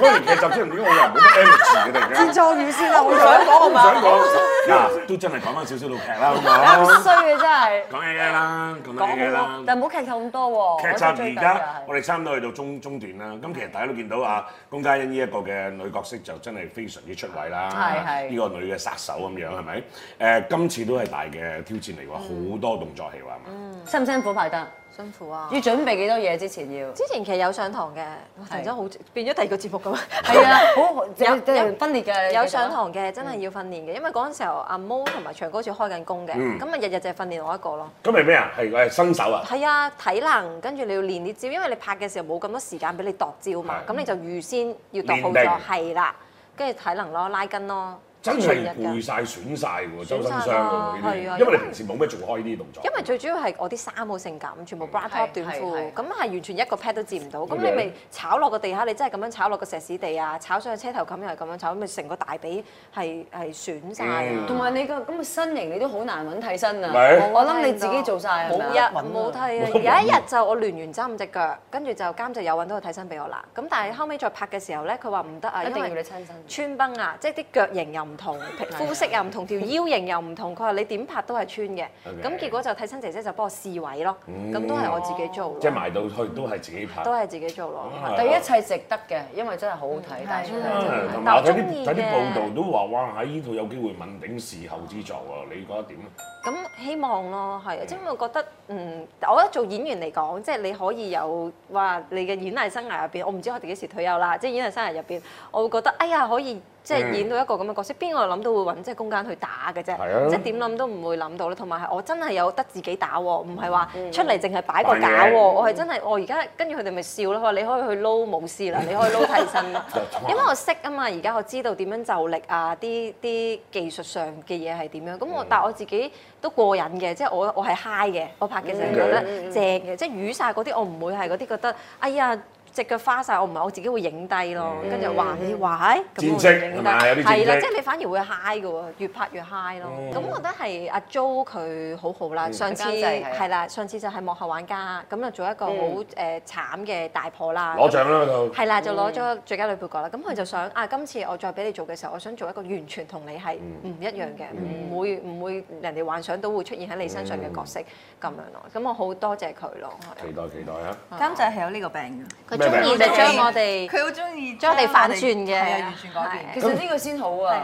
[SPEAKER 2] 講完劇集之後，點解我又唔好 energy 嘅突然間？
[SPEAKER 1] 作語先啦，好
[SPEAKER 3] 想講係
[SPEAKER 2] 唔想
[SPEAKER 3] 嘛？
[SPEAKER 2] 講嗱，都真係講翻少少套劇啦，好唔好？
[SPEAKER 1] 衰嘅真係。
[SPEAKER 2] 講嘢嘅啦，講多嘢嘅啦。
[SPEAKER 1] 但唔好劇透咁多喎。
[SPEAKER 2] 劇集而家我哋差唔多去到中中段啦，咁其實大家都見到啊，龔嘉欣呢一個嘅女角色就真係非常之出位啦，
[SPEAKER 1] 係係
[SPEAKER 2] 呢個女嘅殺手咁樣係咪？誒，今次都係大嘅挑戰嚟喎，好多動作戲喎，係嘛？
[SPEAKER 1] 辛唔辛苦排得？
[SPEAKER 6] 辛苦啊！
[SPEAKER 1] 要準備幾多嘢之前要？
[SPEAKER 6] 之前其實有上堂嘅，哇！突然間好變咗第二個節目咁。
[SPEAKER 1] 係啊， 好有
[SPEAKER 6] 有
[SPEAKER 1] 有分裂嘅。
[SPEAKER 6] 有上堂嘅，真係
[SPEAKER 4] 嗯
[SPEAKER 6] 要訓練嘅，因為嗰陣時候阿毛同埋長哥好似開緊工嘅，
[SPEAKER 2] 嗯
[SPEAKER 6] 咁啊日日就係訓練我一個咯。
[SPEAKER 2] 咁係咩啊？係誒新手啊？
[SPEAKER 6] 係啊，體能跟住你要練啲招，因為你拍嘅時候冇咁多時間俾你度招嘛，
[SPEAKER 2] 係
[SPEAKER 6] 咁你就預先要度好
[SPEAKER 2] 練定
[SPEAKER 6] 咗，係啦，跟住體能咯，拉筋咯，
[SPEAKER 2] 真
[SPEAKER 6] 全日
[SPEAKER 2] 係
[SPEAKER 6] 㗎
[SPEAKER 2] 攰。晒、損晒嘅喎，周身傷
[SPEAKER 6] 損
[SPEAKER 2] 嘅
[SPEAKER 6] 晒啊
[SPEAKER 2] 喎呢
[SPEAKER 6] 係啊
[SPEAKER 2] 啲，因為你平時冇咩做開呢啲動作。
[SPEAKER 6] 因為最主要係我啲衫好性感，全部 bra
[SPEAKER 1] 係
[SPEAKER 6] top 短
[SPEAKER 1] 係係
[SPEAKER 6] 褲，咁係完全一個 pad 都接唔到。咁
[SPEAKER 2] Okay
[SPEAKER 6] 你咪炒落個地下，你真係咁樣炒落個石屎地啊，炒上去車頭冚又係咁樣炒，咪成個大髀係係損晒啊
[SPEAKER 2] 嗯！
[SPEAKER 1] 同埋你個咁嘅身形，你都好難揾替身啊！
[SPEAKER 2] 咪
[SPEAKER 1] 我諗你自己做晒係咪
[SPEAKER 6] 冇
[SPEAKER 1] 啊
[SPEAKER 6] 日
[SPEAKER 3] 揾啊
[SPEAKER 6] 冇替啊！有一日就我亂完針只腳，跟住就監製有揾到個替身俾我啦。咁但係後尾再拍嘅時候咧，佢話唔得啊，
[SPEAKER 1] 一
[SPEAKER 6] 因
[SPEAKER 1] 定要你
[SPEAKER 6] 為
[SPEAKER 1] 親身。
[SPEAKER 6] 穿崩啊，即係啲腳型又唔同，皮膚色又唔同，條腰型又唔同。佢話你點拍都係穿嘅。
[SPEAKER 2] OK
[SPEAKER 6] 咁結果就替身姐姐就幫我試位咯，
[SPEAKER 2] 嗯
[SPEAKER 6] 咁都係我自己做
[SPEAKER 2] 即係
[SPEAKER 6] 咯，
[SPEAKER 2] 埋到去都係自己拍。
[SPEAKER 6] 都係自己做咯。
[SPEAKER 2] 啊
[SPEAKER 1] 第一切值得嘅，因為真係好好睇，帶出嚟真係
[SPEAKER 2] 同埋
[SPEAKER 6] 但
[SPEAKER 2] 我睇
[SPEAKER 6] 我中
[SPEAKER 2] 啲
[SPEAKER 6] 意
[SPEAKER 2] 睇啲報道
[SPEAKER 6] 嘅，
[SPEAKER 2] 都話，哇！喺呢套有機會問鼎視後之作喎，你覺得點啊咧？
[SPEAKER 6] 咁希望咯，係，啊即係我覺得，嗯，我覺得做演員嚟講，即係你可以有話你嘅演藝生涯入邊，我唔知我哋幾時退休啦，即係演藝生涯入邊，我會覺得，哎呀，可以即係
[SPEAKER 2] 嗯
[SPEAKER 6] 演到一個咁嘅角色，邊個諗到會揾即係公間去打嘅啫
[SPEAKER 2] 係啊，
[SPEAKER 6] 即係點諗都唔會諗到啦。同埋係我真係有得自己打喎，唔係話出嚟淨係擺個架
[SPEAKER 2] 嗯扮嘢，
[SPEAKER 6] 喎，我係真係我而家跟住佢哋咪笑咯，佢話你可以去撈武師啦，你可以撈替身啦 因為我識啊嘛，而家我知道點樣就力啊，啲啲技術上嘅嘢係點樣。咁
[SPEAKER 2] 嗯
[SPEAKER 6] 我但係我自己都過癮嘅，即係我我係 high 嘅，我拍嘅時候覺得
[SPEAKER 2] 嗯
[SPEAKER 6] 正嘅，即係瘀晒嗰啲我唔會係嗰啲覺得哎呀。隻腳花晒，我唔係我自己會影低咯，跟住話你話唉咁我
[SPEAKER 2] 嗯戰績
[SPEAKER 6] 影
[SPEAKER 2] 係
[SPEAKER 6] 低，
[SPEAKER 2] 咪啊有啲戰績嗯
[SPEAKER 6] 係啦，即係你反而會 high 嘅喎，越拍越 high 咯。咁我覺得係阿 Jo 佢好好啦，上次
[SPEAKER 1] 監製係
[SPEAKER 6] 係啦，上次就係幕後玩家，咁就做一個好誒慘嘅大婆啦。
[SPEAKER 2] 嗯攞獎啦嗰套。
[SPEAKER 6] 係啦，就攞咗最佳女配角啦。咁佢就想啊，今次我再俾你做嘅時候，我想做一個完全同你係唔
[SPEAKER 2] 嗯
[SPEAKER 6] 一樣嘅，唔會唔會人哋幻想到會出現喺你身上嘅角色咁樣咯。咁我好多謝佢咯，
[SPEAKER 2] 期待期待啊！
[SPEAKER 4] 監製係有呢個病
[SPEAKER 6] 佢
[SPEAKER 2] 咩名啊
[SPEAKER 6] 中意就將我
[SPEAKER 4] 嘅，
[SPEAKER 6] 哋
[SPEAKER 4] 佢好中意
[SPEAKER 6] 將我哋反轉嘅
[SPEAKER 4] 係啊，完全改變
[SPEAKER 1] 其實呢個先好啊！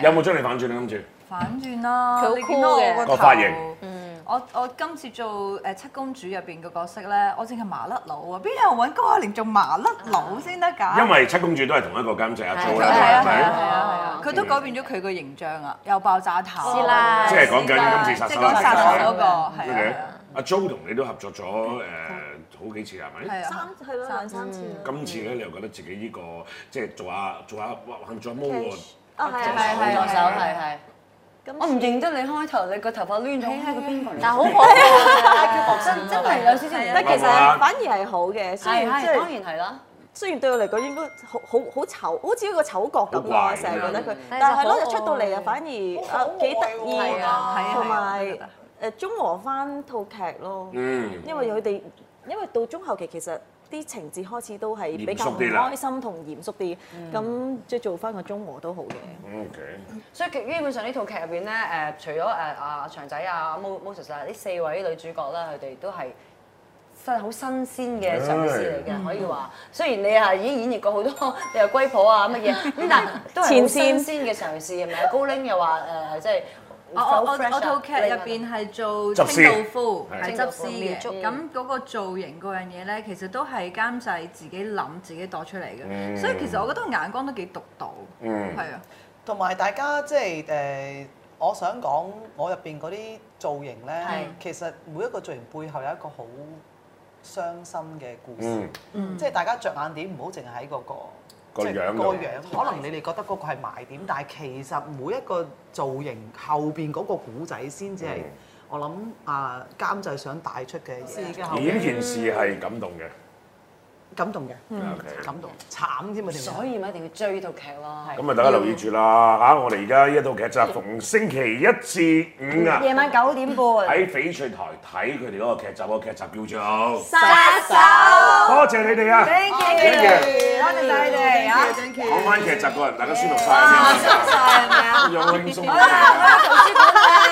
[SPEAKER 6] 係
[SPEAKER 2] 有冇將你反轉啊？今次
[SPEAKER 4] 反轉啦。
[SPEAKER 6] 佢好
[SPEAKER 4] 你見到
[SPEAKER 6] cool 嘅
[SPEAKER 4] 我
[SPEAKER 2] 個
[SPEAKER 4] 個
[SPEAKER 2] 髮
[SPEAKER 4] 髮
[SPEAKER 2] 型
[SPEAKER 4] 型，嗯，我我今次做誒七公主入邊個角色咧，我淨係麻甩佬啊，邊有人揾高雅玲做麻甩佬先得㗎？
[SPEAKER 2] 因為七公主都係同一個監製阿 Jo 啦，係
[SPEAKER 4] 係啊係啊係
[SPEAKER 2] 咪？
[SPEAKER 4] 啊係啊！佢都改變咗佢個形象啊，又爆炸頭，
[SPEAKER 6] 師
[SPEAKER 2] 哦
[SPEAKER 6] 奶
[SPEAKER 2] 即係講緊今次殺
[SPEAKER 4] 即係
[SPEAKER 2] 手
[SPEAKER 4] 講殺手嗰
[SPEAKER 2] 係
[SPEAKER 4] 個，係啊
[SPEAKER 2] 咪
[SPEAKER 4] 係啊，
[SPEAKER 2] 阿 Jo 同你都合作咗誒好幾次係咪？
[SPEAKER 4] 係啊，
[SPEAKER 5] 係咯，兩三次啦。
[SPEAKER 2] 今次咧，你又覺得自己呢個即係做下做下哇，做下毛喎，
[SPEAKER 6] 啊
[SPEAKER 2] 助
[SPEAKER 5] 哦
[SPEAKER 6] 係啊
[SPEAKER 2] 手
[SPEAKER 6] 係啊
[SPEAKER 1] 助手
[SPEAKER 2] 係啊
[SPEAKER 1] 係係。我唔認得你開頭，你個頭髮攣咗，係個邊個嚟？
[SPEAKER 6] 但係好可
[SPEAKER 1] 真真係有少少唔得。
[SPEAKER 5] 但其實
[SPEAKER 2] 慢慢
[SPEAKER 5] 反而係好嘅，雖
[SPEAKER 1] 係
[SPEAKER 5] 然即
[SPEAKER 1] 係，當
[SPEAKER 5] 係
[SPEAKER 1] 然係啦。
[SPEAKER 5] 雖然對我嚟講應該好好好醜，好似一個醜角咁
[SPEAKER 2] 好
[SPEAKER 5] 咯，
[SPEAKER 2] 怪
[SPEAKER 5] 成日覺得佢
[SPEAKER 2] 嗯，
[SPEAKER 5] 但係係咯，
[SPEAKER 6] 但係
[SPEAKER 5] 就出到嚟
[SPEAKER 6] 好
[SPEAKER 5] 啊，反而啊
[SPEAKER 3] 好可愛
[SPEAKER 5] 幾得意
[SPEAKER 3] 喎
[SPEAKER 4] 係啊係啊我
[SPEAKER 5] 同
[SPEAKER 4] 都
[SPEAKER 5] 埋
[SPEAKER 4] 覺
[SPEAKER 5] 誒中和翻套劇咯，
[SPEAKER 2] 嗯，
[SPEAKER 5] 因為佢哋因為到中後期其實。啲情節開始都係比較
[SPEAKER 2] 嚴肅
[SPEAKER 5] 唔
[SPEAKER 2] 啲啦
[SPEAKER 5] 開心同嚴肅啲，
[SPEAKER 4] 嗯
[SPEAKER 5] 咁即係做翻個中和都好嘅。
[SPEAKER 2] OK，
[SPEAKER 1] 所以其基本上呢套劇入邊咧，誒、除咗誒阿長仔啊、Mo Moses 啊呢四位女主角啦，佢哋都係新好新鮮嘅嘗試嚟
[SPEAKER 4] 嗯
[SPEAKER 1] 嘅，可以話。雖然你啊係已經演繹過好多， 你又龜婆啊乜 嘢，咁但係都係好
[SPEAKER 5] 前
[SPEAKER 1] 新
[SPEAKER 5] 線
[SPEAKER 1] 鮮嘅嘗試，係咪啊？高玲又話誒，即係
[SPEAKER 4] 我我我
[SPEAKER 1] 走 fresh 啊
[SPEAKER 4] 我套劇入邊係做清道夫，
[SPEAKER 1] 屍
[SPEAKER 2] 執
[SPEAKER 4] 係執屍嘅。
[SPEAKER 1] 嗯
[SPEAKER 4] 咁嗰個造型嗰樣嘢咧，其實都係監製自己諗、自己度出嚟
[SPEAKER 2] 嗯
[SPEAKER 4] 嘅。所以其實我覺得眼光都幾獨到，
[SPEAKER 2] 嗯
[SPEAKER 4] 係啊。
[SPEAKER 3] 同埋大家即係誒、呃我想講我入邊嗰啲造型
[SPEAKER 1] 係
[SPEAKER 3] 咧，其實每一個造型背後有一個好傷心嘅故事。
[SPEAKER 2] 嗯，
[SPEAKER 3] 即係大家着眼點唔好淨係喺嗰個
[SPEAKER 2] 個
[SPEAKER 3] 即係
[SPEAKER 2] 樣
[SPEAKER 3] 個
[SPEAKER 2] 度
[SPEAKER 3] 樣，可能你哋覺得嗰個係賣點，但係其實每一個造型後邊嗰個古仔先至係
[SPEAKER 2] 嗯
[SPEAKER 3] 我諗啊監製想帶出嘅
[SPEAKER 2] 而
[SPEAKER 3] 嘢，
[SPEAKER 2] 呢件事係感動嘅。
[SPEAKER 3] 嗯感動嘅，
[SPEAKER 2] 嗯 OK
[SPEAKER 3] 感動慘添啊！
[SPEAKER 1] 所以咪一定要追套劇咯。
[SPEAKER 2] 咁啊，大家留意住
[SPEAKER 1] 嗯
[SPEAKER 2] 啦嚇！我哋而家呢一套劇集逢星期一至五啊，
[SPEAKER 1] 夜晚九點半，
[SPEAKER 2] 喺翡翠台睇佢哋嗰個劇集，嗰個劇集叫做
[SPEAKER 1] 殺手。
[SPEAKER 2] 多謝你哋啊！
[SPEAKER 1] Thank you，
[SPEAKER 2] Thank you
[SPEAKER 1] 多謝晒你哋啊！
[SPEAKER 2] 講翻劇集個人，大家舒服晒啊！
[SPEAKER 1] 晒係咪啊？
[SPEAKER 2] 有輕鬆啲
[SPEAKER 1] 好啦，我去圖書館啦。